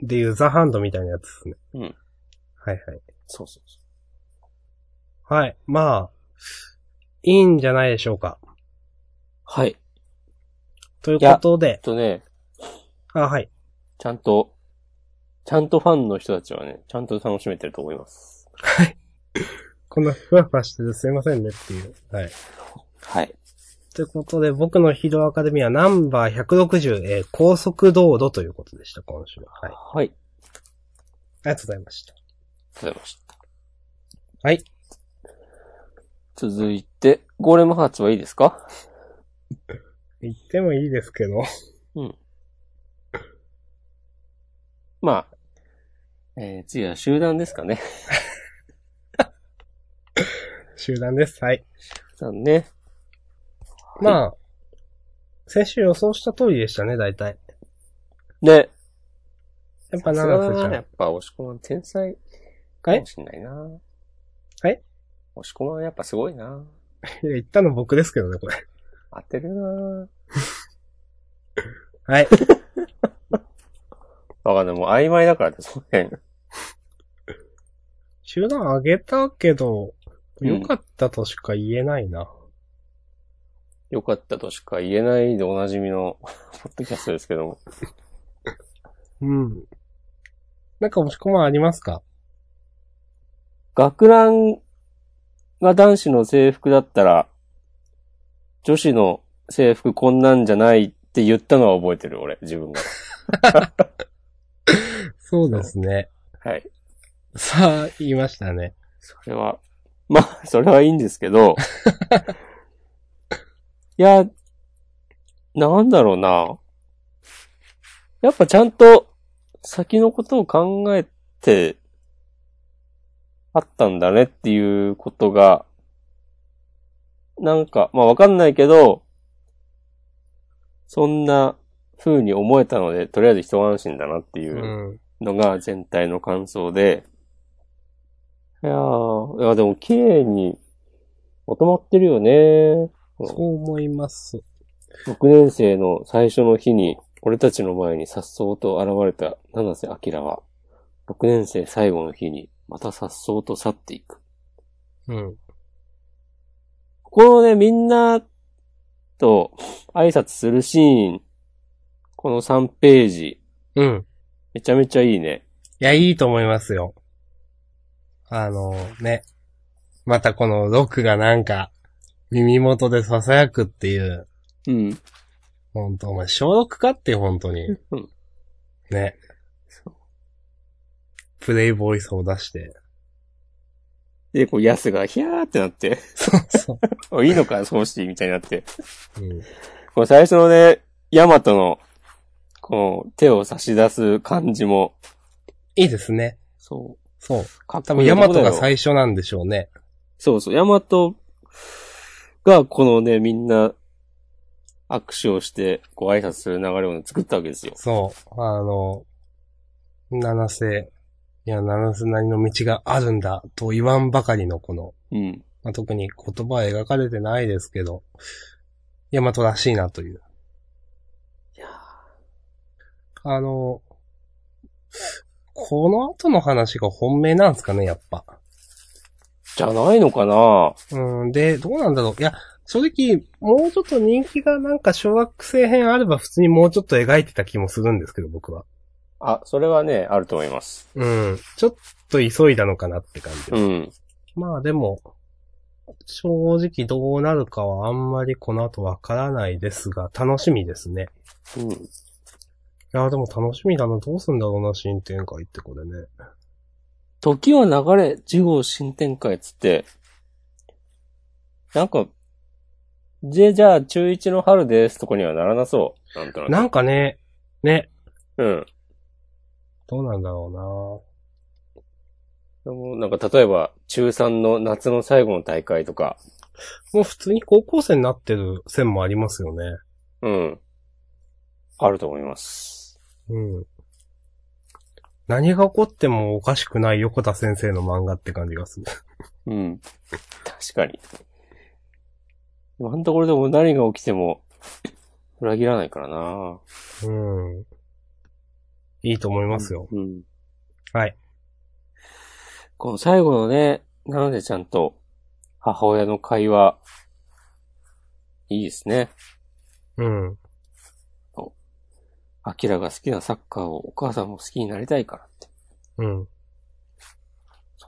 でいうザハンドみたいなやつですね。
うん
はいはい。
そうそうそ
はい。まあ、いいんじゃないでしょうか。
う。はい。えっ
ということで、
とね、
あ、はい。
ちゃんと、ちゃんとファンの人たちはね、ちゃんと楽しめてると思います。
こんなふわふわしててすいませんねっていう。はい。
はい。
ということで、僕のヒーローアカデミアナンバー160、えー高速道路ということでした、今週は。はい。あ
はい。ありが
りがとうございました。
とうございました。
はい。
続いて、ゴーレムハーツはいいですか
言ってもいいですけど。
まあ、えー、次は集団ですかね。
集団です。はい。
集団ね。
まあ、先週予想した通りでしたね、大体。
ね。
やっぱ
さすがだ
長瀬ちゃ
な、
ん
やっ。ぱ、押し込まん天才かもしんないな。
はい
押し込まんやっぱすごいな。
いや、言ったの僕ですけどね、これ。
当てるな。
はい。
わかんない。もう曖昧だからね、その辺。
集団上げたけど、
うん
良かったとしか言えないな。
よかったとしか言えないでおなじみの、 ポッドキャストですけども。
うん。なんか押し込まんありますか
学ランが男子の制服だったら、女子の制服こんなんじゃないって言ったのは覚えてる、俺、自分が。
そうですね。
はい。
さあ、言いましたね。
それは、 まあ、それはいいんですけど、いや、なんだろうな。やっぱちゃんと先のことを考えてあったんだねっていうことが、なんか、まあわかんないけど、そんな風に思えたので、とりあえず一安心だなっていうう。
ん。
のが全体の感想で、いやー、いやでも綺麗にまとまってるよね。
そう思います。
6年生の最初の日に、俺たちの前に颯爽と現れた七瀬明は、 6年生最後の日に、また颯爽と去っていく。
うん。
ここのね、みんなと挨拶するシーン、この3ページ、
うん。
めちゃめちゃいいね。
いや、いいと思いますよ。あのね。またこのロックがなんか、耳元で囁くっていう、
うん。
ほんと、お前小6かって、ほんとに。
うん
ね。プレイボーイスを出して。
で、こう、ヤスが、ヒャーってなって、
そうそ
おいいのか、そうして、みたいになって。
う。うん。
この最初のね、ヤマトの、こう、手を差し出す感じも、
いいですね。
そ
そう。
う。かっ
多
こい
分
い
ヤ
と
マ
こだ
ト
よ
が最初なんでしょうね。
そうそう、ヤマトが、このね、みんな、握手をして、こう、挨拶する流れを、ね、作ったわけですよ。
そう。あの、七瀬、いや、七瀬なりの道があるんだと言わんばかりのこの、
うん。
まあ、特に言葉は描かれてないですけど、ヤマトらしいなという。
いや
あの、この後の話が本命なんですかね、やっぱ。
じゃないのかな
うん、で、どうなんだろう。いや、正直、もうちょっと人気がなんか小学生編あれば普通にもうちょっと描いてた気もするんですけど、僕は。
あ、それはね、あると思います。
うん。ちょっと急いだのかなって感じ。
うん。
まあでも、正直どうなるかはあんまりこの後わからないですが、楽しみですね。
うん。
いや、でも楽しみだな。どうすんだろうな、新展開ってこれね。
時は流れ、事後新展開っつって、なんか、で、じゃあ、中1の春ですとかにはならなそう。なんとなく。
なんかね、ね、
うん。
どうなんだろ
でもなんか、例えば、中3の夏の最後の大会とか、
うな。もう普通に高校生になってる線もありますよね。
うん。あると思います。
うん。何が起こってもおかしくない横田先生の漫画って感じがする。
うん。確かに。今のところでも何が起きても、裏切らないからな
うん。いいと思いますよ。
うん。
はい。
この最後のね、なのでちゃんと母親の会話、いいですね。
うん。
アキラが好きなサッカーをお母さんも好きになりたいからって。
うん。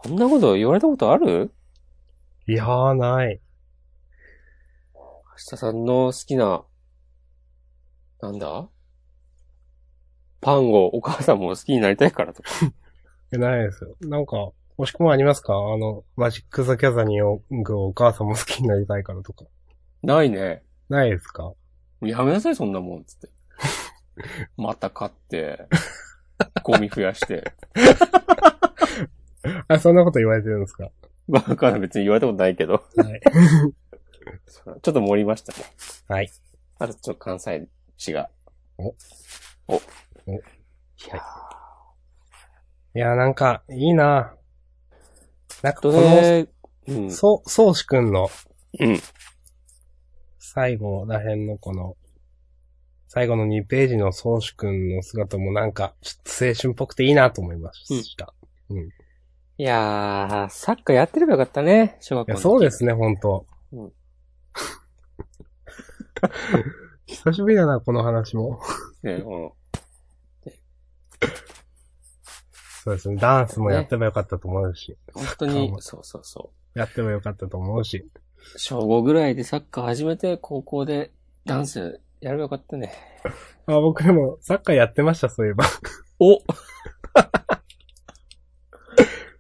そんなこと言われたことある
いやー、ない。
明日さんの好きな、なんだパンをお母さんも好きになりたいからとか。
いやないですよ。なんか、もしくもありますかあの、マジック・ザ・ギャザリングをお母さんも好きになりたいからとか。
ないね。
ないですか
もうやめなさい、そんなもん、 つって。また買って、ゴミ増やして。
あ、そんなこと言われてるんですか
バカな別に言われたことないけど。
はい。
ちょっと盛りましたね。
はい。
あとちょっと関西市が。
お
お。
お
いや
いやー、なんか、いいななんか
ー、
こ
と
の、
ね、うん。
そう、そうしくんの
うん。
最後らへんのこの、最後の2ページのそうしくんの姿もなんか、ちょっと青春っぽくていいなと思いました。
いやー、サッカーやってればよかったね、小学校
いや、
の時
そうで。すね、ほんと。
うん
久しぶりだな、この話も。
ね、こ
そうですね。ダンスもやってばよかったと思うし、
の本当
サッカー
に
も、
そうそうそ
やってばよかったと思うし。
う。小5ぐらいでサッカー始めて、高校でダンスやればよかったね。
あ、僕でもサッカーやってました、そういえば。
お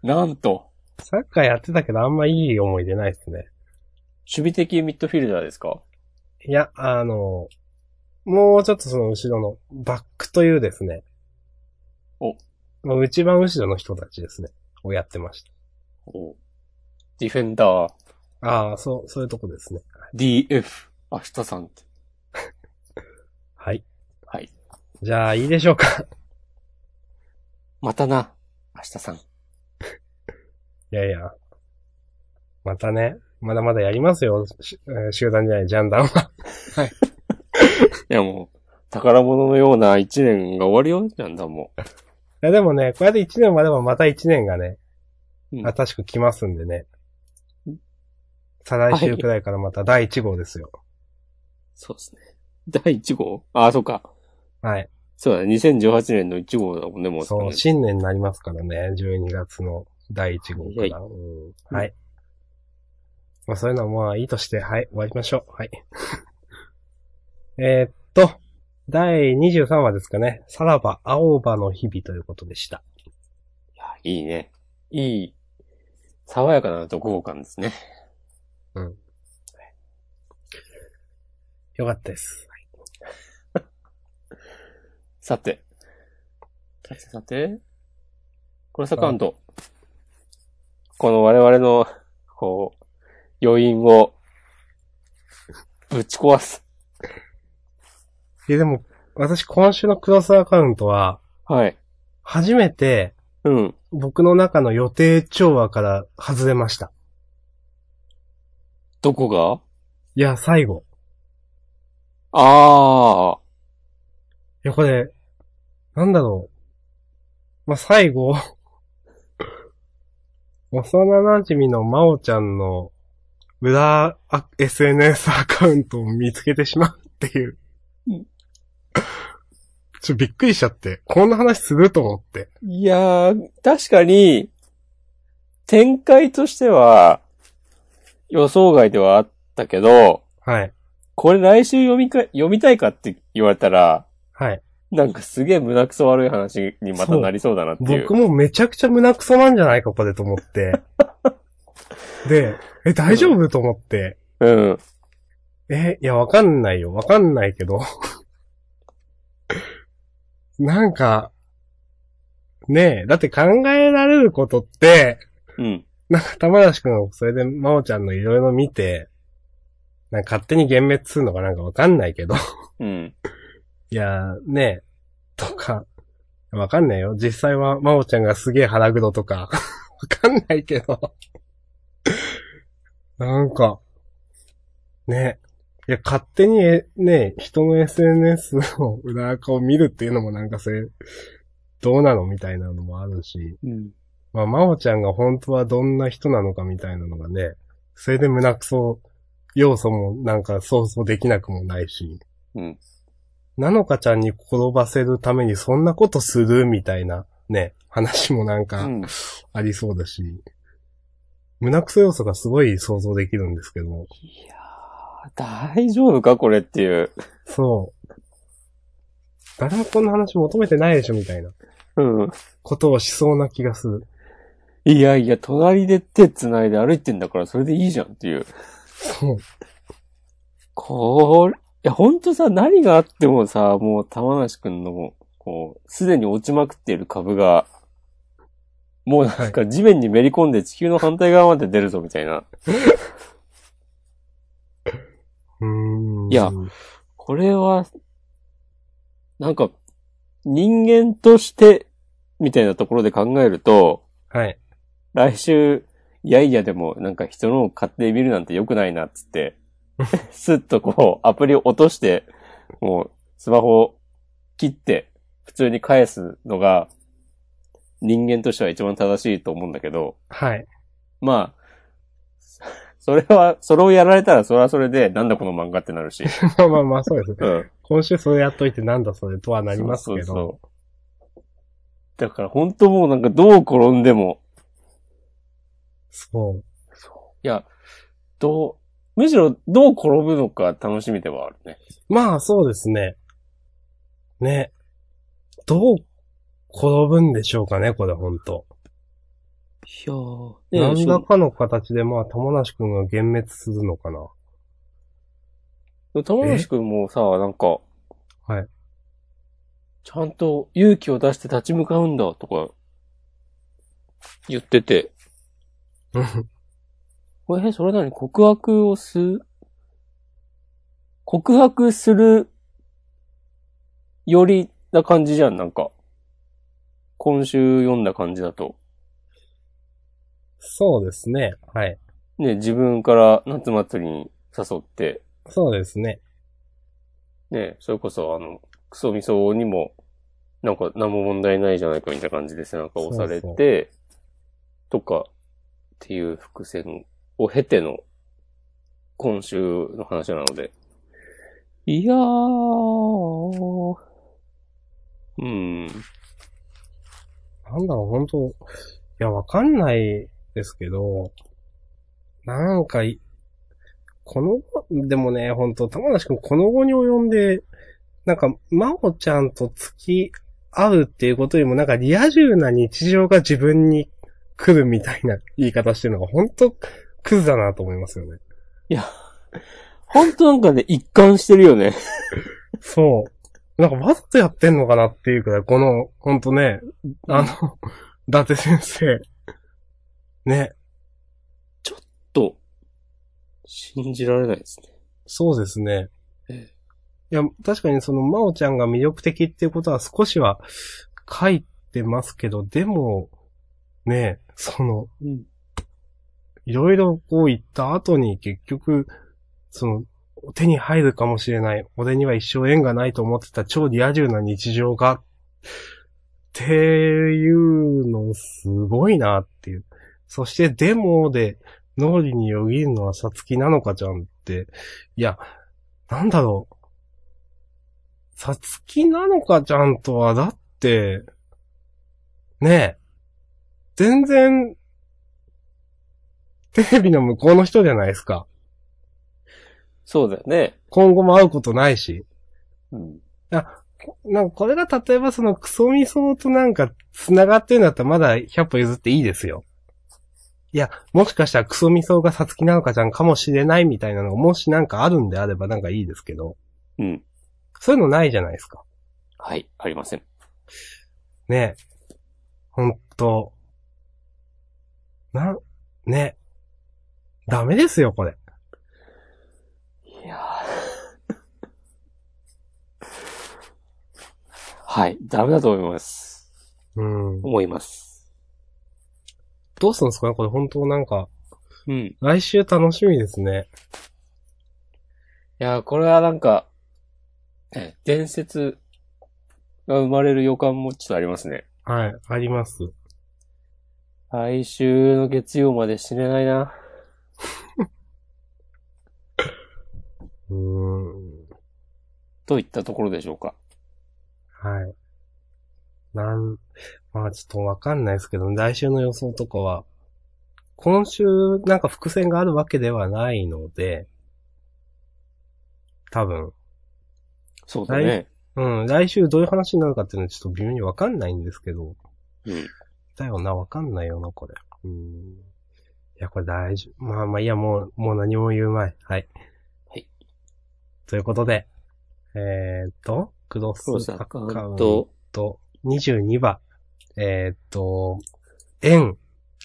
なんと、
サッカーやってたけどあんまいい思い出ないですね。
守備的ミッドフィルダーですか
いや、あの、もうちょっとその後ろのバックというですね。
お。
まあ、一番後ろの人たちですね。をやってまし
おディフェンダー、
た。ああ、そう、そういうとこですね。
DF、明日さんって。
はい。
はい。
じゃあ、いいでしょうか。
またな、明日さん。
いやいや。またね、まだまだやりますよ。しえー集団じゃない、ジャンダンは。
いやもう、宝物のような一年が終わるよ、ジャンダンも。
やでもね、こうやって1年もあればまた1年がね、
うん
新しく来ますんでね。再来週くらいからまた第1号ですよ。
そうですね。第1号あ、そうか。
はい。
そうだね。2018年の1号だもんね、もう。
そう、新年になりますからね、12月の第1号から。うんはい。まあそういうのはまあいいとして、はい、終わりましょう。はい。 えーっと、第23話ですかね。さらば、青葉の日々ということでした。
いやいいね。いい、爽やかな独語感ですね。
よかったです。
さて。さてさて。これサカウント。この我々の、こう、余韻を、ぶち壊す。
いやでも、私今週のクロスアカウントは、
はい。
初めて
うん。
僕の中の予定調和から外れました。
どこが
いや、最後。
ああ。
いや、これ、なんだろう。まあ、最後、 幼馴染のまおちゃんの裏あ SNS アカウントを見つけてしまうっていう
うん。
ちょ、びっくりしちゃって。こんな話すると思って。
いやー、確かに、展開としては、予想外ではあったけど、
はい。
これ来週読みか、読みたいかって言われたら、
はい。
なんかすげえ胸くそ悪い話にまたなりそうだなっていう。
僕もめちゃくちゃ胸クソなんじゃないか、これと思 って。で、え、大丈夫と思って。
うん。
え、いや、わかんないよ。わかんないけど。 なんか、ねえ、だって考えられることって、
うん。
なんか玉出しくんがそれで真央ちゃんのいろいろ見て、なんか勝手に幻滅するのかなんかわかんないけど。
うん。
いやー、ねえ、とか、わかんないよ。実際は真央ちゃんがすげえ腹黒とか、わ かんないけど。なんか、ねえ。いや、勝手にえ、ねえ、人の SNS の裏垢を見るっていうのもなんかそれ、どうなのみたいなのもあるし、
うん。
まあ、真央ちゃんが本当はどんな人なのかみたいなのがね、それで胸くそ要素もなんか想像できなくもないし。
うん。
なのかちゃんに転ばせるためにそんなことするみたいなね、話もなん
う
か
ん。
ありそうだし、胸くそ要素がすごい想像できるんですけど、
いやー、大丈夫かこれっていう。
そう。誰もこんな話求めてないでしょみたいな
うん。
ことをしそうな気がする。
いやいや、隣で手繋いで歩いてんだからそれでいいじゃんっていう。
そう。
これ、いや、ほんとさ、何があってもさ、もう、玉梨くんのもう、こう、すでに落ちまくっている株が、もうなんか地面にめり込んで地球の反対側まで出るぞ、みたいな。
うーん。
いやこれは、なんか、人間として、みたいなところで考えると、
はい。
来週、いやいやでも、なんか人のを買ってみるなんて良くないな、つって、 スッとこう、アプリを落として、もう、スマホを切って、普通に返すのが、人間としては一番正しいと思うんだけど、
はい。
まあ、それは、それをやられたらそれはそれで、なんだこの漫画ってなるし。
まあまあまあ、そうです
う
ね。
ん。
今週それやっといてなんだそれとは なりますけど。
そうそうそうだから本当もうなんかどう転んでも、
そう
いや、どう、むしろどう転ぶのか楽しみではあるね。
まあ、そうですね。ね。どう転ぶんでしょうかね、これ、ほんと。
いやー。
何ら
だ
かの形で、まあ、玉梨くんが幻滅するのか な。
玉梨くんもさ、なんか、
はい。
ちゃんと勇気を出して立ち向かうんだとか、言ってて、これ、それなのに告白をす、告白する、よりな感じじゃん、なんか。今週読んだ感じだと。
そうですね。はい。
ね、自分から夏祭りに誘って、
そうですね。
ね、それこそあの、クソ味噌にもなんか何も問題ないじゃないかみたいな感じで背中を押され
そう
て、とか、っていう伏線を経ての、今週の話なので。いやー。うん。
なんだろう、本当いや、わかんないですけど、なんかい、この後、でもね、本当玉梨くんこの後に及んで、なんか、真央ちゃんと付き合うっていうことよりも、なんかリア充な日常が自分に来るみたいな言い方してるのが、本当クズだなと思いますよね。
いや、ほんとなんかね、一貫してるよね。
そう。なんかわざとやってんのかなっていうくらい、この、ほんとね、あの、伊達先生。ね。
と、信じられないですね。
そうですね
ええ。
いや、確かにその、まおちゃんが魅力的っていうことは少しは書いてますけど、でも、ねえ、その、
うん。
いろいろこう言った後に結局、その、手に入るかもしれない。俺には一生縁がないと思ってた超リア充な日常が、っていうのすごいなっていう。そしてデモで脳裏によぎるのはさつきなのかちゃんって、いや、なんだろう。さつきなのかちゃんとはだって、ねえ、全然テレビの向こうの人じゃないですか。
そうだよね。
今後も会うことないし。
うん。
こなんかこれが例えばそのクソミソとなんか繋がってるんだったらまだ100歩譲っていいですよ。いや、もしかしたらクソミソがサツキなのかちゃんかもしれないみたいなのがもしなんかあるんであればなんかいいですけど、
うん。
そういうのないじゃないですか。
はい、ありません。
ねえ。ほんと。なん、ねえ。ダメですよ、これ。
いやー はい、ダメだと思います。
うん。
思います。
どうするんですかねこれ本当なんか、
うん。い
来週楽しみですね。
やーこれはなんか、ね伝説が生まれる予感もちょっとありますね。
はい、あります。
来週の月曜まで死ねないな。
うーん。
といったところでしょうか。
はい。なん、まあちょっとわかんないですけど、来週の予想とかは、今週なんか伏線があるわけではないので、多分、
そうだね。
うん、来週どういう話になるかっていうのはちょっと微妙にわかんないんですけど、
うん。
だよな、わかんないよな、これ。うーん。いや、これ大丈夫。まあまあ、いや、もう、もう何も言うまい。はい。
はい。
ということで、えーっと、クロス
そうした
ア
ア
カ
カ
ウ
ウ
ン
ン
ト
ト、
22番、えーっと、円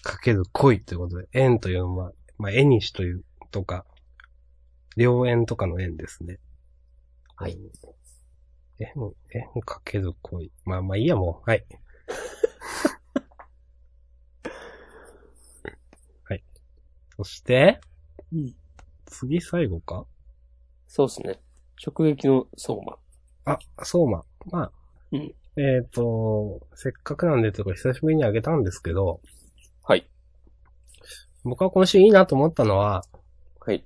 かける恋ということで、円というのは、まあ、絵にしという、とか、両円とかの円ですね。
はい。
円、円かける恋。まあまあいいや、も う。はい。はい。そして、
うん
次最後か
そうですね。直撃の相馬。
あ、そうま。まあ。
うん
えっ、と、せっかくなんでというか久しぶりにあげたんですけど、
はい。
僕は今週いいなと思ったのは、
はい。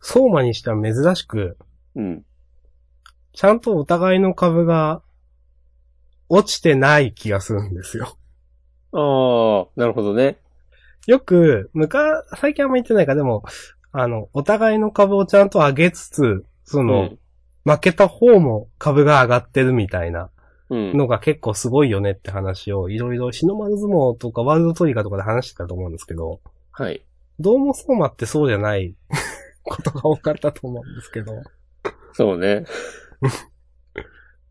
相馬にしては珍しく、
うん。
ちゃんとお互いの株が落ちてない気がするんですよ。
ああ、なるほどね。
よく、むか、最近あんま言ってないか、でも、あの、お互いの株をちゃんと上げつつ、その、負けた方も株が上がってるみたいな
うん。うん。
のが結構すごいよねって話を、いろいろ日の丸相撲とかワールドトリガーとかで話してたと思うんですけど、
はい。
どうもそうまってそうじゃないことが多かったと思うんですけど。
そうね。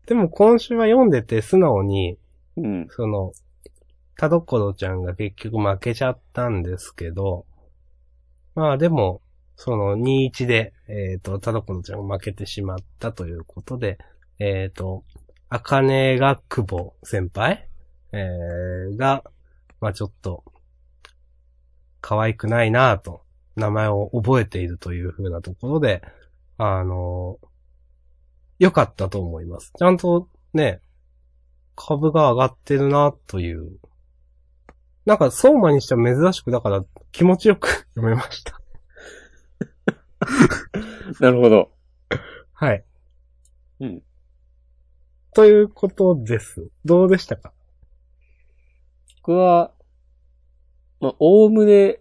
でも今週は読んでて素直に、
うん。
その、田所ちゃんが結局負けちゃったんですけど、まあでも、その2-1で、えっ、と、田所ちゃんが負けてしまったということで、えっ、と、あかねが久保先輩、えーが、まあちょっと、可愛くないなぁと、名前を覚えているというふうなところで、あの良かったと思います。ちゃんとね、株が上がってるな、という。なんか、相馬にしては珍しく、だから、気持ちよく 読めました。
なるほど。
はい。
うん。
ということです。どうでしたか
僕は、まあ、おおむね、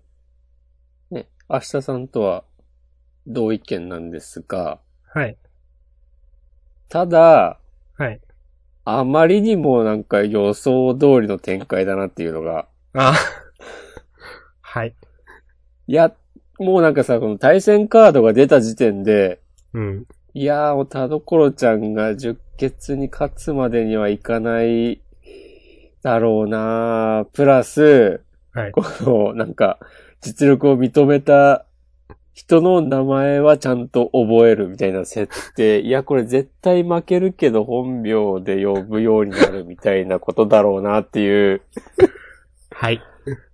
ね、明日さんとは同意見なんですが、
はい。
ただ、
はい。
あまりにもなんか予想通りの展開だなっていうのが、
あ はい。
いや、もうなんかさ、この対戦カードが出た時点で、
うん。
いやー、お田所ちゃんが十決に勝つまでにはいかないだろうなープラス、
はい
この、なんか、実力を認めた人の名前はちゃんと覚えるみたいな設定。いや、これ絶対負けるけど本名で呼ぶようになるみたいなことだろうなっていう
はい。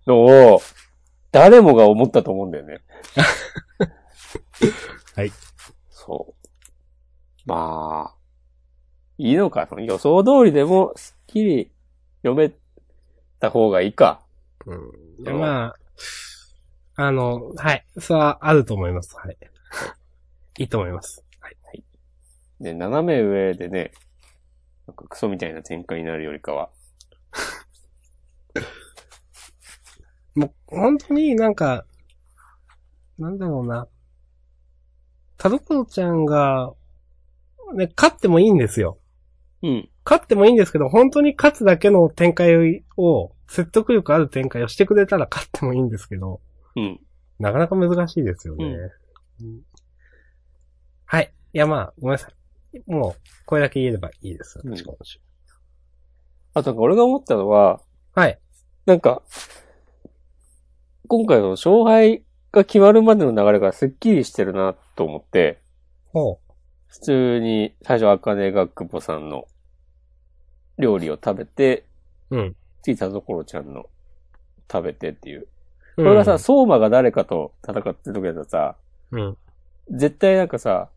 のを、誰もが思ったと思うんだよね。
はい。
そう。まあ、いいのか。その予想通りでも、すっきり読めた方がいいか。
うん。まあ、あの、はい。それはあると思います。はい。いいと思います。はい。
で、斜め上でね、なんかクソみたいな展開になるよりかは。
もう、本当になんか、なんだろうな。田所ちゃんが、ね、勝ってもいいんですよ。
うん。
勝ってもいいんですけど、本当に勝つだけの展開を、説得力ある展開をしてくれたら勝ってもいいんですけど、
うん。
なかなか難しいですよね。うんはい。いや、まあ、ごめんなさい。もう、これだけ言えればいいです。
うん
私今週
あとなんか俺が思ったのは、
はい。
なんか、今回の勝敗が決まるまでの流れがスッキリしてるなと思って、
ほ
普通に最初、あかねがくぼさんの料理を食べて、
う。うん。
次、田所ちゃんの食べてっていう。
こ
これがさ、、相馬が誰かと戦ってる時だとさ、
うん。
絶対なんかさ、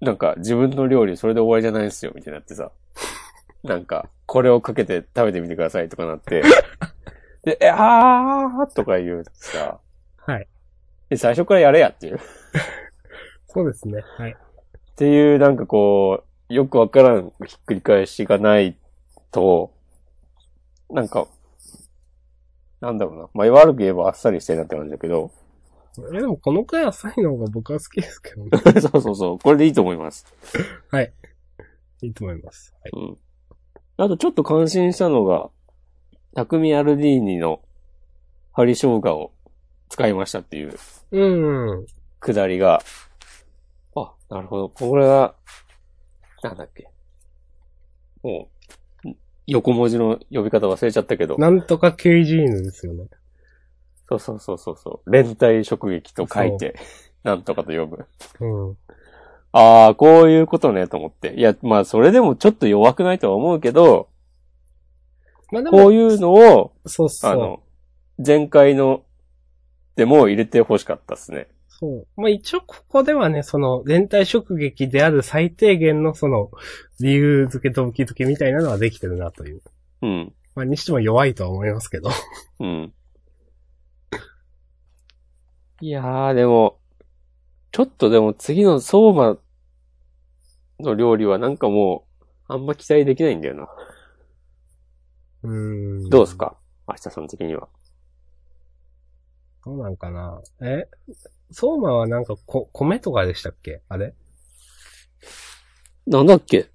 なんか自分の料理それで終わりじゃないですよ、みたいになって さ。なんか、これをかけて食べてみてくださいとかな って。で、え、あーとか言うとさ、
はい。
で最初からやれやっていう。
そうですね。はい。
っていう、なんかこう、よくわからんひっくり返しがないと、なんか、なんだろうな。まあ、悪く言えばあっさりしてるなって感じだけど、
え、でもこのくらい浅いのが僕は好きですけど ね。
そうそうそう、これでいいと思います。
いいと思います。はい。
うん。あとちょっと感心したのが、匠アルディーニの針生姜を使いましたっていう
うん。
くだりが、あ、なるほど。これは、なんだっけ。もう、ん横文字の呼び方忘れちゃったけど、
なんとか KG ですよね。
そうそうそうそうそう。連帯直撃と書いて、なんとかと読む。
うん。
ああ、こういうことね、と思って。いや、まあ、それでもちょっと弱くないとは思うけど、
まあで
こ
も、
ういうのを、
そうそ
あ
う。
の、前回の、でも入れて欲しかったっすね。
そう。まあ一応ここではね、その、連帯職撃である最低限のその、理由付け、動機付けみたいなのはできてるなという。
うん。
まあにしても弱いとは思いますけど。
うん。いやー、でも、ちょっとでも次の相馬の料理はなんかもう、あんま期待できないんだよな。
うん。
どうですか明日さん的には。
どうなんかなえ相馬はなんかこ、米とかでしたっけあれ
なんだっけ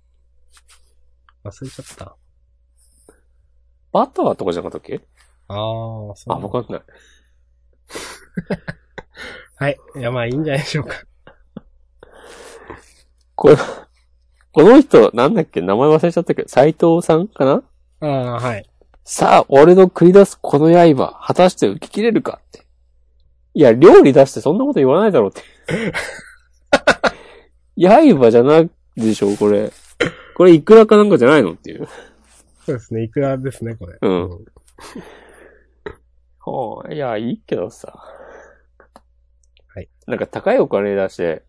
忘れちゃった。
バターとかじゃなかったっけ
ああ、そう。
あ、わかんない。
はい。いや、まあいいんじゃないでしょうか。
これ、 この人、なんだっけ名前忘れちゃったけど、斎藤さんかな
ああ、はい。
さあ、俺の繰り出すこの刃、果たして受け切れるかって。いや、料理出してそんなこと言わないだろうって。刃じゃないでしょ、これ。これ、いくらかなんかじゃないのっていう。
そうですね。いくらですね、これ。
うんはあ、いや、いいけどさ。
はい。
なんか高いお金出して、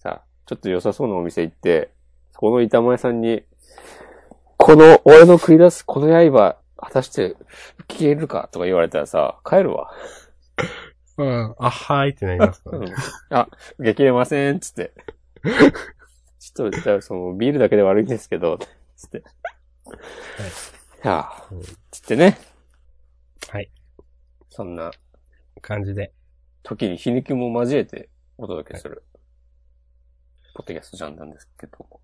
さ、ちょっと良さそうなお店行って、そこの板前さんに、この、俺の繰り出すこの刃、果たして消えるかとか言われたらさ、帰るわ。
うん。あ、はいってなりますからね。
あ、受け切れません、つって。ちょっと、じゃあその、ビールだけで悪いんですけど、つって。いやあ
うん
つってね。
はい。
そんな
感じで。
時に皮肉も交えてお届けする、ポッドキャストジャンなんですけども。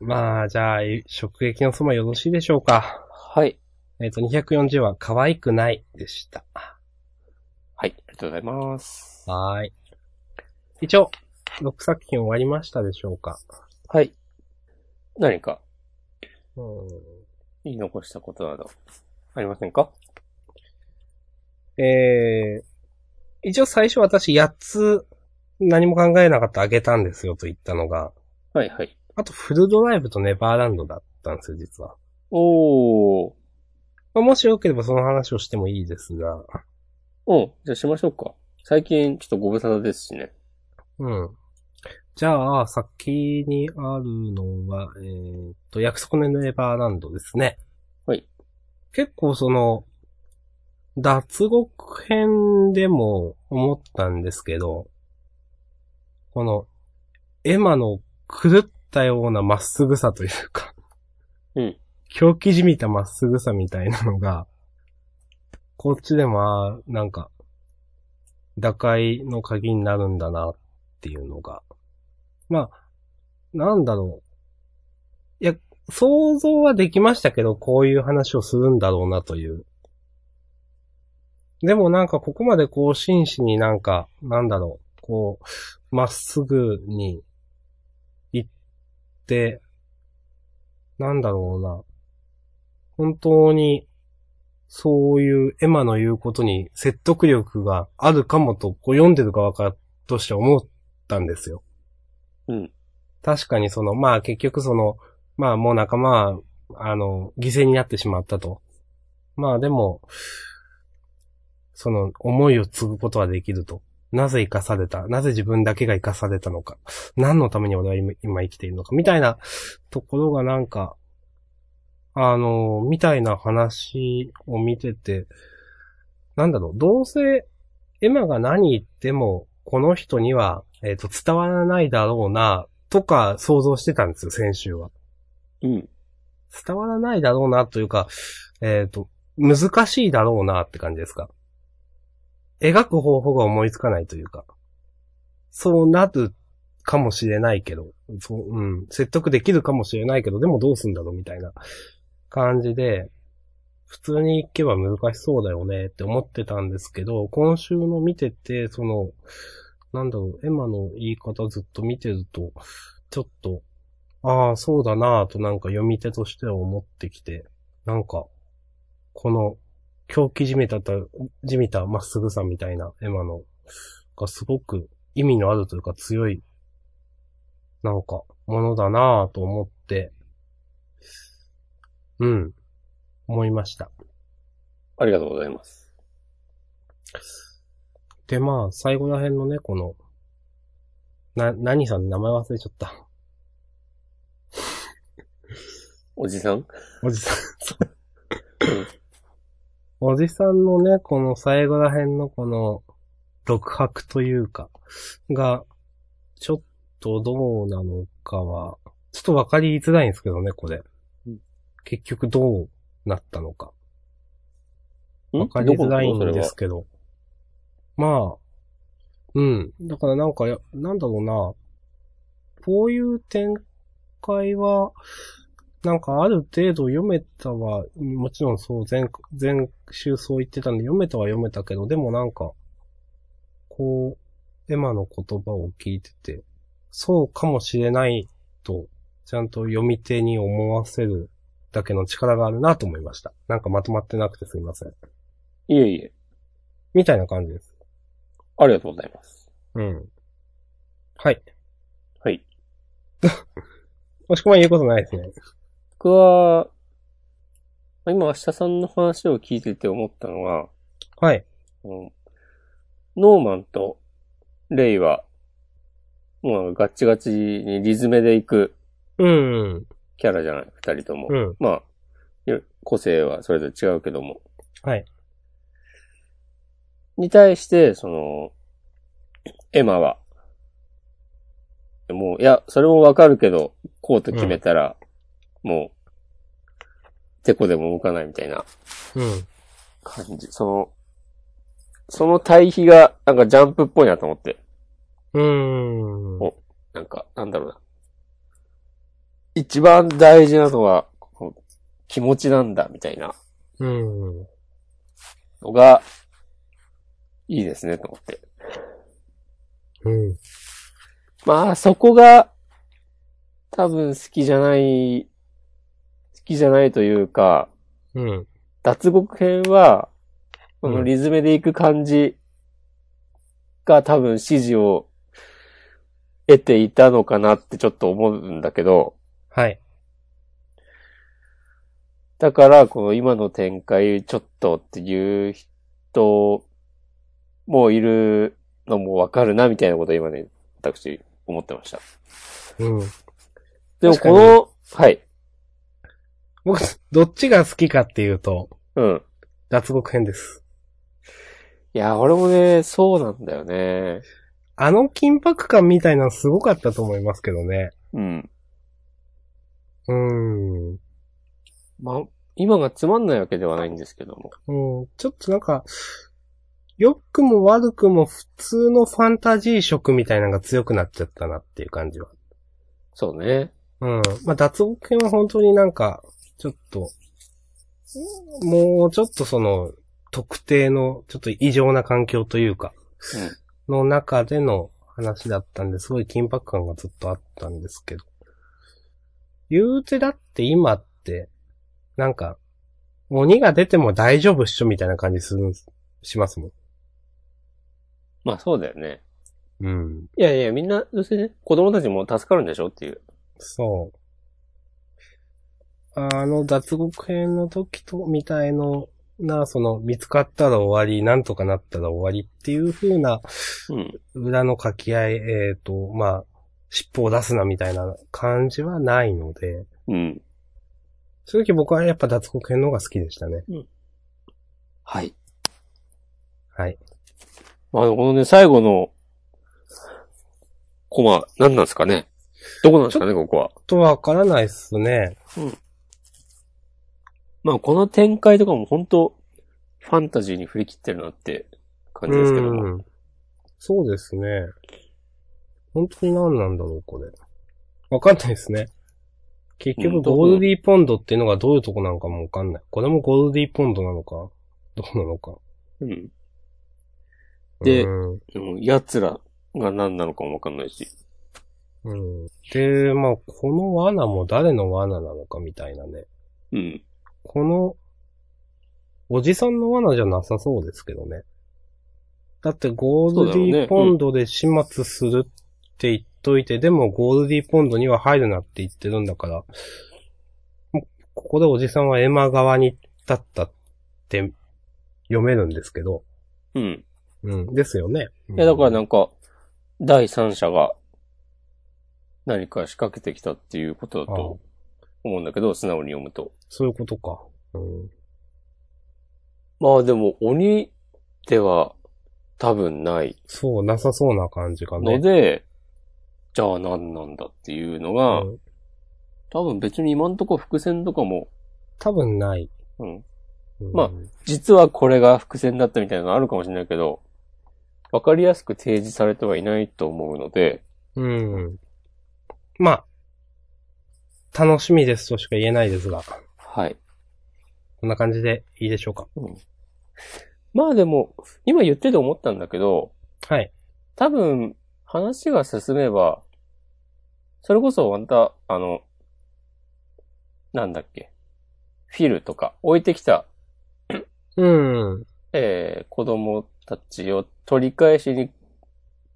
まあ、じゃあ、食撃の相よろしいでしょうか。
はい。
えっ、と、240は可愛くないでした。
はい、ありがとうございます。
はーい。一応、6作品終わりましたでしょうか。
はい。何か
う
言い残したことなどありませんか
ん、えー、一応最初私8つ何も考えなかったあげたんですよと言ったのが、
はいはい。
あとフルドライブとネバーランドだったんですよ、実は。
おー。
まあもしよければその話をしてもいいですが、
うん。じゃあしましょうか。最近ちょっとご無沙汰ですしね。
うん。じゃあ、先にあるのは、えーっと、約束のネバーランドですね。
はい。
結構その、脱獄編でも思ったんですけど、この、エマの狂ったようなまっすぐさというか、
うん。
狂気じみたまっすぐさみたいなのが、こっちでも、あーなんか、打開の鍵になるんだなっていうのが。まあ、なんだろう。いや、想像はできましたけど、こういう話をするんだろうなという。でもなんかここまでこう真摯になんか、なんだろう、こう、まっすぐに行って、なんだろうな。本当に、そういうエマの言うことに説得力があるかもと、こう読んでる側からとして思ったんですよ。
うん。
確かにその、まあ結局その、まあもう仲間は、あの、犠牲になってしまったと。まあでも、その思いを継ぐことはできると。なぜ生かされたなぜ自分だけが生かされたのか何のために俺は今今生きているのかみたいなところがなんか、あの、みたいな話を見てて、なんだろう、どうせ、エマが何言っても、この人には、えっ、と、伝わらないだろうな、とか想像してたんですよ、先週は。
うん。
伝わらないだろうなというか、えっ、と、難しいだろうなって感じですか。描く方法が思いつかないというか、そうなるかもしれないけど、そう、うん、説得できるかもしれないけど、でもどうすんだろうみたいな感じで、普通に行けば難しそうだよねって思ってたんですけど、今週の見てて、その、なんだろう、エマの言い方ずっと見てると、ちょっと、ああ、そうだなぁとなんか読み手としては思ってきて、なんか、この、狂気じめたた、じみたまっすぐさみたいな、エマの、がすごく意味のあるというか強い、なんか、ものだなぁと思って、うん、思いました。
ありがとうございます。
で、まあ、最後ら辺のね、この、な、何さん名前忘れちゃった。
おじさん
おじさん。おじさんのね、この最後ら辺のこの、独白というか、が、ちょっとどうなのかは、ちょっとわかりづらいんですけどね、これ
うん。
結局どうなったのか。
ん
わかりづらい
どこ
んですけど。まあ、うん。だからなんかや、なんだろうな。こういう展開は、なんかある程度読めたは、もちろんそう、前、前週そう言ってたんで読めたは読めたけど、でもなんか、こう、エマの言葉を聞いてて、そうかもしれないと、ちゃんと読み手に思わせるだけの力があるなと思いました。なんかまとまってなくてすいません。
いえいえ。
みたいな感じです。
ありがとうございます。
うん。はい。
はい。
もしくは言うことないですね。
僕は、まあ今、明日さんの話を聞いてて思ったのは、
はい。
あのノーマンとレイは、もうガッチガチにリズメで行く
うん。
キャラじゃない、二人とも。
うん。
まあ、よ個性はそれぞれ違うけども。
はい。
に対して、その、エマは、もう、いや、それもわかるけど、こうと決めたら、もう、てこでも動かないみたいな
うん。
感じ。その、その対比が、なんかジャンプっぽいなと思って。
うーん。
なんか、なんだろうな。一番大事なのは、こう気持ちなんだ、みたいな
うん。
のが、いいですね、と思って。
うん。
まあ、そこが、多分好きじゃない、好きじゃないというか、
うん。
脱獄編は、こ
う
の
ん
リズムでいく感じが多分指示を得ていたのかなってちょっと思うんだけど、
はい。
だから、この今の展開ちょっとっていう人もいるのもわかるなみたいなことを今ね、私思ってました。
うん。
でも
確
こ
かに
の、はい、
僕、どっちが好きかっていうと、
うん。
脱獄編です。
いや、俺もね、そうなんだよね。
あの緊迫感みたいなのすごかったと思いますけどね。
うん。
うーん。
まあ、今がつまんないわけではないんですけども。
うん。ちょっとなんか、良くも悪くも普通のファンタジー色みたいなのが強くなっちゃったなっていう感じは。
そうね。
うん。まあ、脱獄編は本当になんか、ちょっと、もうちょっとその、特定の、ちょっと異常な環境というか、の中での話だったんで、すごい緊迫感がずっとあったんですけど。言うてだって今って、なんか、鬼が出ても大丈夫っしょみたいな感じするん、しますもん。
まあそうだよね。
うん。
いやいや、みんな、どうせね、子供たちも助かるんでしょっていう。
そう。あの、脱獄編の時と、みたいのな、その、見つかったら終わり、なんとかなったら終わりっていう風な、
うん。
裏の書き合い、えっ、と、まあ、尻尾を出すなみたいな感じはないので、
うん。
正直僕はやっぱ脱獄編の方が好きでしたね。
はい。
はい。
まあこのね、最後の、コマ、何なんですかね。どこなんですかね、ここは。
とわからないっすね。
まあこの展開とかも本当ファンタジーに振り切ってるなって感じですけども。
うんそうですね。本当に何なんだろう、これ。わかんないですね。結
う
局、
んどう
ゴールディーポンドっていうのがどういうとこなのかもわかんない。これもゴールディーポンドなのかどうなのか。
うん。で
うん
でも奴らが何なのかもわかんないし。
うんで、まあ、この罠も誰の罠なのかみたいなね。
うん。
この、おじさんの罠じゃなさそうですけどね。だってゴール
そう
デ
だろうねう
ィ
ん
ーポンドで始末するって言っといて、でもゴールディーポンドには入るなって言ってるんだから、もうここでおじさんはエマ側に立ったって読めるんですけど。
うん。
うん。ですよね。
いや、だから
な。
なんか、第三者が何か仕掛けてきたっていうことだと思うんだけど、素直に読むと。
そういうことか。うん。
まあでも、鬼では多分ない
そう、なさそうな感じかね。
ので、じゃあ何なんだっていうの
う
が、
ん、
多分別に今んとこ伏線とかも、
多分ない。
うん、
うん
まあ実はこれが伏線だったみたいなのあるかもしれないけど、わかりやすく提示されてはいないと思うので、
うん。まあ、楽しみですとしか言えないですが、
はい。
こんな感じでいいでしょうか。
まあでも、今言ってて思ったんだけど、
はい。
多分、話が進めば、それこそまた、あの、なんだっけ、フィルとか置いてきた、
うん。
えー、子供たちを取り返しに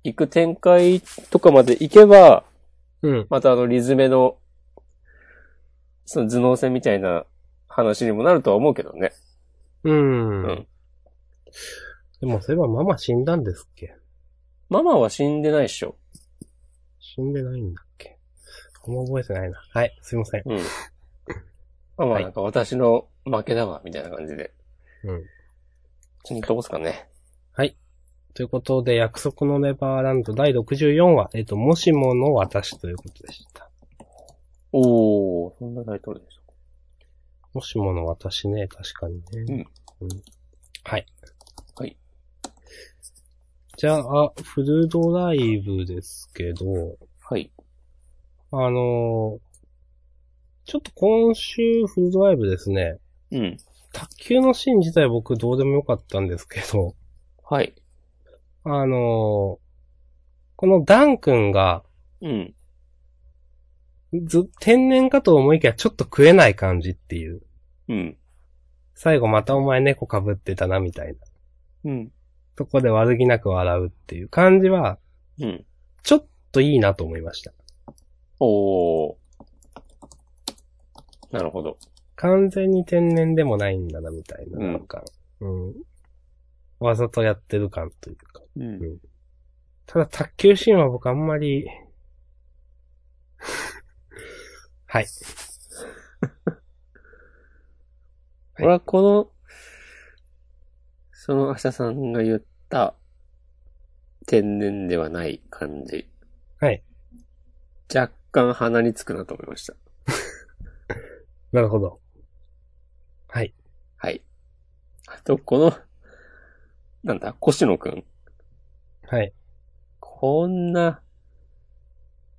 行く展開とかまで行けば、
うん。
またあのリズメの、その頭脳戦みたいな話にもなるとは思うけどね。
うん。
うん
でも、そういえばママ死んだんですっけ
ママは死んでないっしょ。
死んでないんだっけあんま覚えてないな。はい、すいません。
うん。まあま
は
あ、
い
なんか私の負けだわ、みたいな感じで。
うん。
そんなとこっすかね。
ということで、約束のネバーランド第64話、えっと、もしもの私ということでした。
おー、そんなタイトルでしょ。
もしもの私ね、確かにね。うん。はい。
はい。
じゃあ、フルドライブですけど、
はい。
あのーちょっと今週フルドライブですね、
うん。
卓球のシーン自体僕どうでもよかったんですけど、
はい。
あのーこのダン君が、
うん。
ず、天然かと思いきやちょっと食えない感じっていう。
うん。
最後またお前猫被ってたなみたい
う
な。
ん。
とこで悪気なく笑うっていう感じは、
うん。
ちょっといいなと思いました。
おー。なるほど。
完全に天然でもないんだなみたいな、
うん
なんか、うん。わざとやってる感というか。
うん
ただ卓球シーンは僕あんまり、はい。
俺はこの、その明日さんが言った、天然ではない感じ。
はい。
若干鼻につくなと思いました。
なるほど。はい。
はい。あと、この、なんだ、越野くん。
はい。
こんな、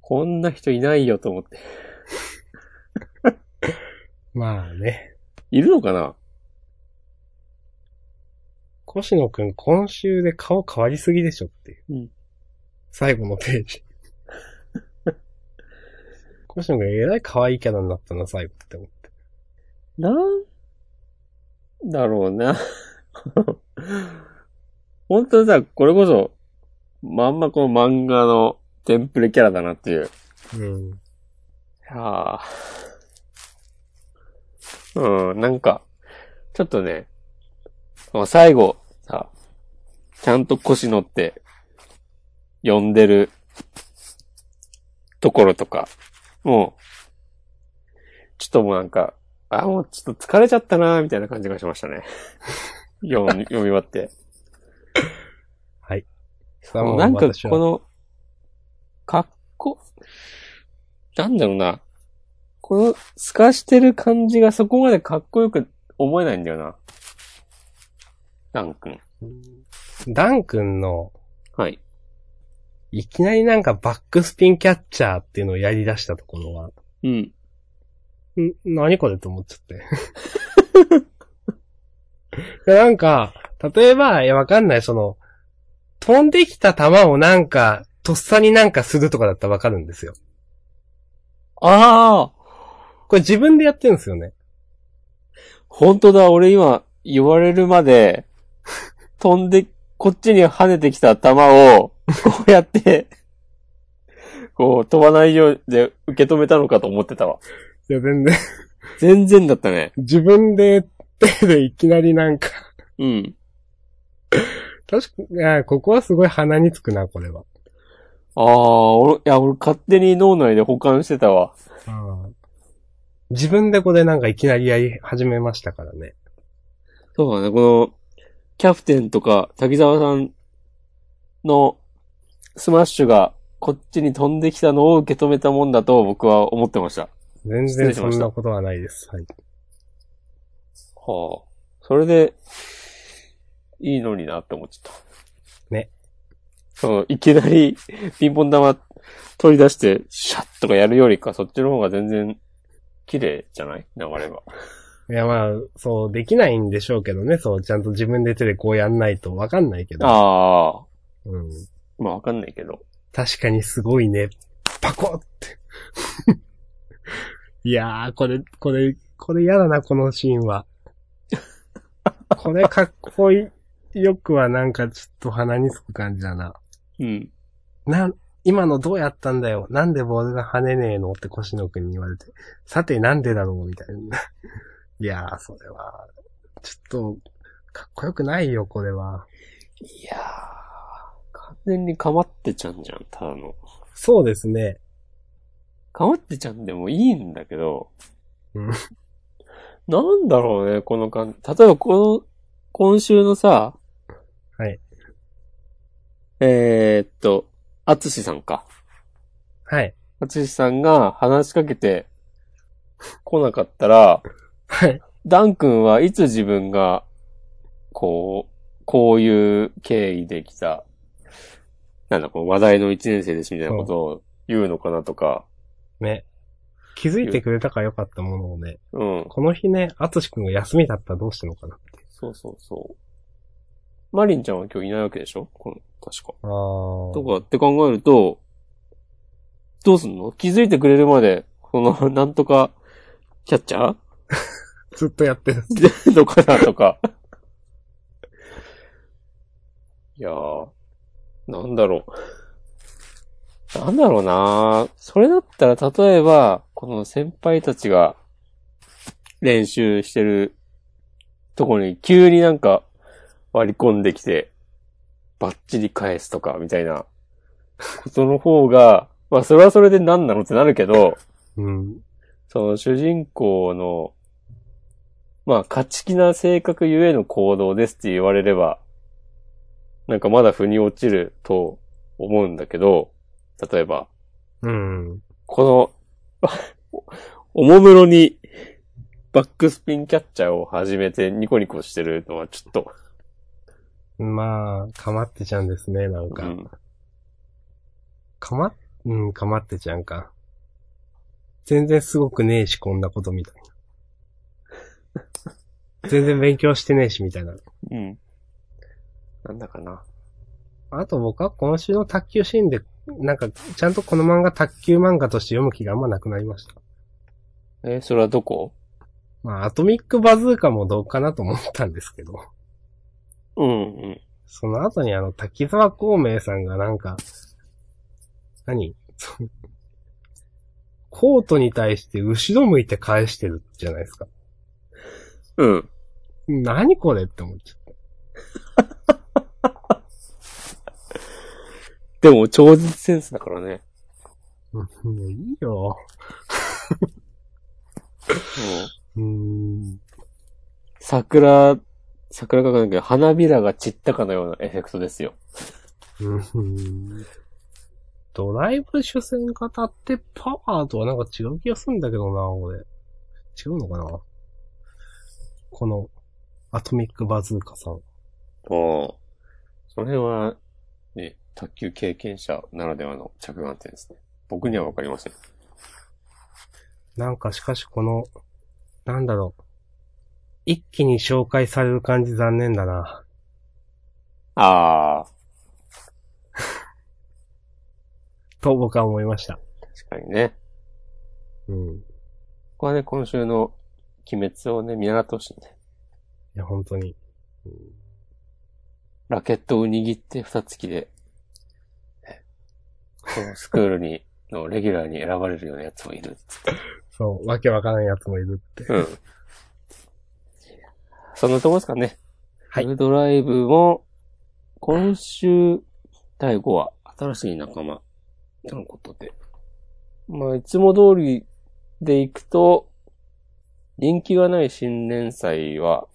こんな人いないよと思って。
まあね。
いるのかな
越野くん今週で顔変わりすぎでしょっていう。
うん
最後のペ ージ。越野くんえらい可愛いキャラになったな、最後って思って。
なんだろうな。 本当にさ、これこそ、まんまこの漫画のテンプレキャラだなっていう。
うん。
はあ。うん、なんか、ちょっとね、最後、さ、ちゃんと腰乗って、呼んでるところとか、もう、ちょっともうなんか、あ、もうちょっと疲れちゃったなみたいな感じがしましたね。 読み、読み終わって。
さあもう
なんか
私は
この、格好、なんだろうな。この透かしてる感じがそこまでかっこよく思えないんだよな。ダン君。
ダン君の、
はい。
いきなりなんかバックスピンキャッチャーっていうのをやり出したところは、
うん。
ん何これって思っちゃって。いや なんか、例えば、いや、わかんない、その、飛んできた球をなんか、とっさになんかするとかだったらわかるんですよ。
ああ
これ自分でやってるんですよね。
本当だ、俺今言われるま で、飛んで、こっちに跳ねてきた球を、こうやって、こう飛ばないようで受け止めたのかと思ってたわ。
いや、全然、
全然だったね。
自分で、手でいきなりなんか、
うん。
確かいや、ここはすごい鼻につくな、これは。
ああ、俺、いや、俺勝手に脳内で保管してたわ。
自分でこれなんかいきなりやり始めましたからね。
そうだね、この、キャプテンとか、滝沢さんのスマッシュがこっちに飛んできたのを受け止めたもんだと僕は思ってました。は
全
失礼
然
し
そ
ました
んなことはないです。はい。
あ。それで、いいのになって思っちゃった。
ね。
そう、いきなりピンポン玉取り出して、シャッとかやるよりか、そっちの方が全然綺麗じゃない流れが。
いや、まあ、そう、できないんでしょうけどね。そう、ちゃんと自分で手でこうやんないとわかんないけど。
ああ、
うん。
まあわかんないけど。
確かにすごいね。パコって。 いやー、これ、これ、これ嫌だな、このシーンは。これかっこいい。よくはなんかちょっと鼻につく感じだな。
うん。
なん、今のどうやったんだよなんでボールが跳ねねえのって越野くんに言われて。さてなんでだろうみたいな。 いやー、それは、ちょっと、かっこよくないよ、これは。
いやー、完全にかまってちゃんじゃん、ただの。
そうですね。
かまってちゃんでもいいんだけど
うん、
なんだろうね、この感じ。例えばこの、今週のさ、
はい。
えーっと、あつしさんか。
はい。
あつしさんが話しかけて来なかったら、
はい。
ダン君はいつ自分が、こう、こういう経緯できた、なんだ、この話題の一年生ですみたいなことを言うのかなとか、
ね。気づいてくれたからよかったものをね、
うん。
この日ね、あつしくんが休みだったらどうしたのかなって。
そうそうそう。マリンちゃんは今日いないわけでしょこの、確か。
あ
と
あ。
かって考えると、どうすんの気づいてくれるまで、この、なんとか、キャッチャ
ずっとやってる。
ーのかなとか。いやー、なんだろう。なんだろうなーそれだったら、例えば、この先輩たちが練習してるとこに急になんか割り込んできて、バッチリ返すとか、みたいなことの方が、まあそれはそれで何なのってなるけど、
うん。
その主人公の、まあ、勝ち気な性格ゆえの行動ですって言われれば、なんかまだ腑に落ちると思うんだけど、例えば、
うん。
この、 おもむろにバックスピンキャッチャーを始めてニコニコしてるのはちょっと、
まあ、かまってちゃんですね、なん
う
か。
ん、
かま、うん、かまってちゃんか。全然すごくねえし、こんなことみたいな。全然勉強してねえし、みたいな。
うん。なんだかな。
あと僕は今週の卓球シーンで、なんか、ちゃんとこの漫画卓球漫画として読む気があんまなくなりました。
え、それはどこ
まあ、アトミックバズーカもどうかなと思ったんですけど。
うん、うん。
その後にあの、滝沢孔明さんがなんか、何 そのコートに対して後ろ向いて返してるじゃないですか。
うん。
何これって思っちゃっ
でも、超絶センスだからね。
た。もういいよ。
うん。
うーん。
桜、桜かかなんだけど、花びらが散ったかのようなエフェクトですよ。
うーんドライブ主戦型ってパワーとはなんか違う気がするんだけどな、俺。違うのかなこの、アトミックバズーカさん。
おお。それは、ね、卓球経験者ならではの着眼点ですね。僕にはわかりません。
なんかしかしこの、なんだろう。一気に紹介される感じ残念だな。
ああ、
と僕は思いました。
確かにね。
うん。い
ここはね、今週の鬼滅をね、見習ってほしいね。
や、本当に。
ラケットを握って二つきで、ねこのスクールに、のレギュラーに選ばれるようなやつもいる。
そう、わけわからんやつもいるって。
うん。そんなとこですかね。
はい
ウェブドライブも、今週、第5話、新しい仲間、とのことで。まあ、いつも通りでいくと、人気がない新連載は、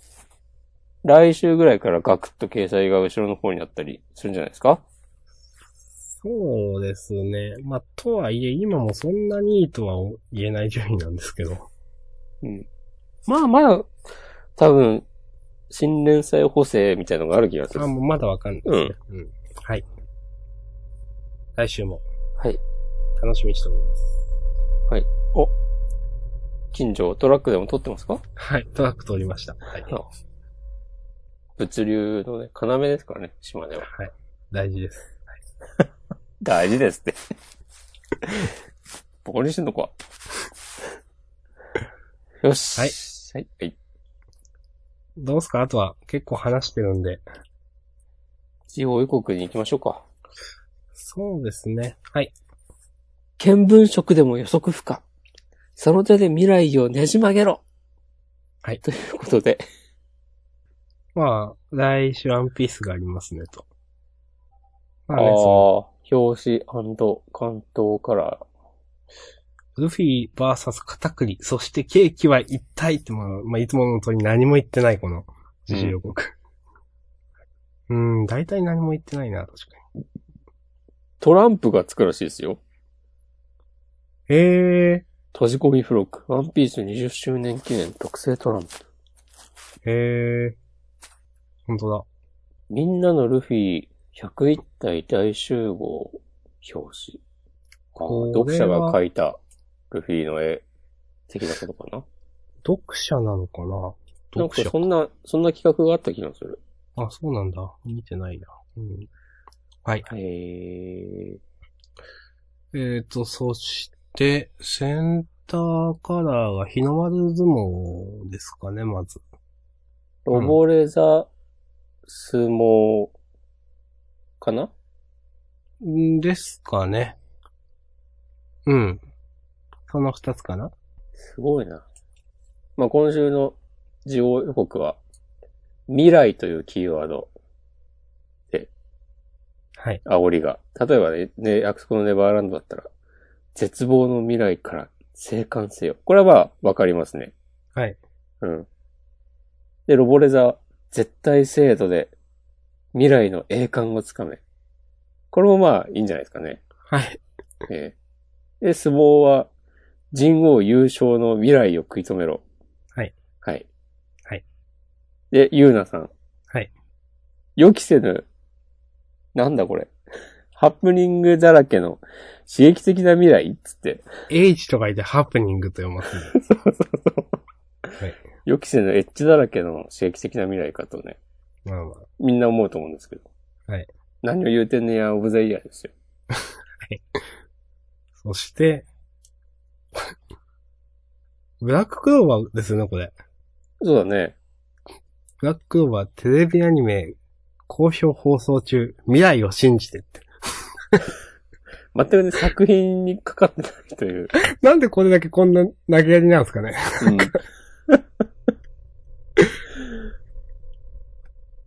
来週ぐらいからガクッと掲載が後ろの方になったりするんじゃないですか
そうですね。まあ、とはいえ、今もそんなにいいとは言えない順位なんですけど。
まあまだ、多分、新連載補正みたいなのがある気がする
あ、。もうまだわかんないですね。うん。はい。来週も
はい。
楽しみにしております。
近所、トラックでも撮ってますか
はい。トラック通りました。はい。
あ物流のね、要ですからね、島根は。
はい。大事です。
大事ですって。 ここにしてんのか。よし。
はい。
はい。はい。
どうすかあとは結構話してるんで。
地方予告に行きましょうか。
そうですね。はい。
見聞色でも予測不可。その手で未来をねじ曲げろ。
はい
ということで、
まあ、来週ワンピースがありますね、と。まあ
あ
ね、その
あ、表紙関東カラー。
ブルフィバーサス片栗、そしてケーキは一体って、まあ、まあ、いつもの通り何も言ってない、この、自由予告。うん、大体何も言ってないな、確か
トランプがつくらしいですよ。
に。え
閉じ込み付録。ワンピース20周年記念特製トランプ。
ー、えー、本当だ。
みんなのルフィ101体大集合表紙。あ
これは
読者が描いたルフィの絵的なことかな。
読者なのかな
なんか
読者
そんな、そんな企画があった気がする。
あ、そうなんだ。見てないな。うん、はい。
へー。
えーと、そして、センターカラーが日の丸相撲ですかね、まず。うん
溺れざ相撲かな、
んですかね。うん。その二つかな
すごいな。まあ、今週の事後予告は、未来というキーワード、
はい。
煽りが。例えばね、ね、約束のネバーランドだったら、絶望の未来から生還せよ。これはまあ、わかりますね。
はい。
うん。で、ロボレザー、絶対精度で、未来の栄冠をつかめ。これもまあ、いいんじゃないですかね。
はい。
ええ。で、相撲は、人王優勝の未来を食い止めろ。
はい。
はい。
はい。
で、ゆうなさん。
はい。
予期せぬ、なんだこれ。ハプニングだらけの刺激的な未来っつって、
H と書いてハプニングと読ます、ね。
予期せぬエッジだらけの刺激的な未来かとね、
まあまあ。
みんな思うと思うんですけど。
はい。
何を言うてんねや、オブザイヤーですよ。
そして、ブラッククローバーですよね、これ。
そうだね。
ブラッククローバーテレビアニメ、好評放送中、未来を信じてって。
全くね、作品にかかってないという。
なんでこれだけこんな投げやりなんですかね。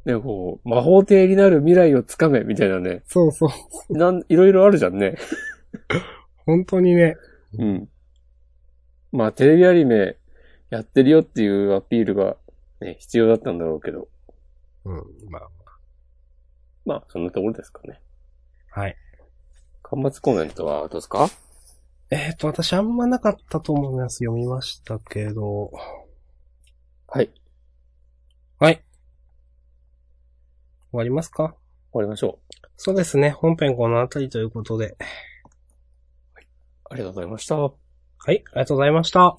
で、こう、魔法帝になる未来をつかめ、みたいなね。
そうそう。
なん、いろいろあるじゃんね。
本当にね。
うん。まあ、テレビアニメやってるよっていうアピールが、ね、必要だったんだろうけど。
うん、まあ。
まあ、そんなところですかね。
はい。
間末コメントはどうですか
えっ、と、私あんまなかったと思います。読みましたけど。
はい。終
終わりますか
わりましょう。
そうですね。本編このあたりということで。
ありがとうございました。
はい、ありがとうございました。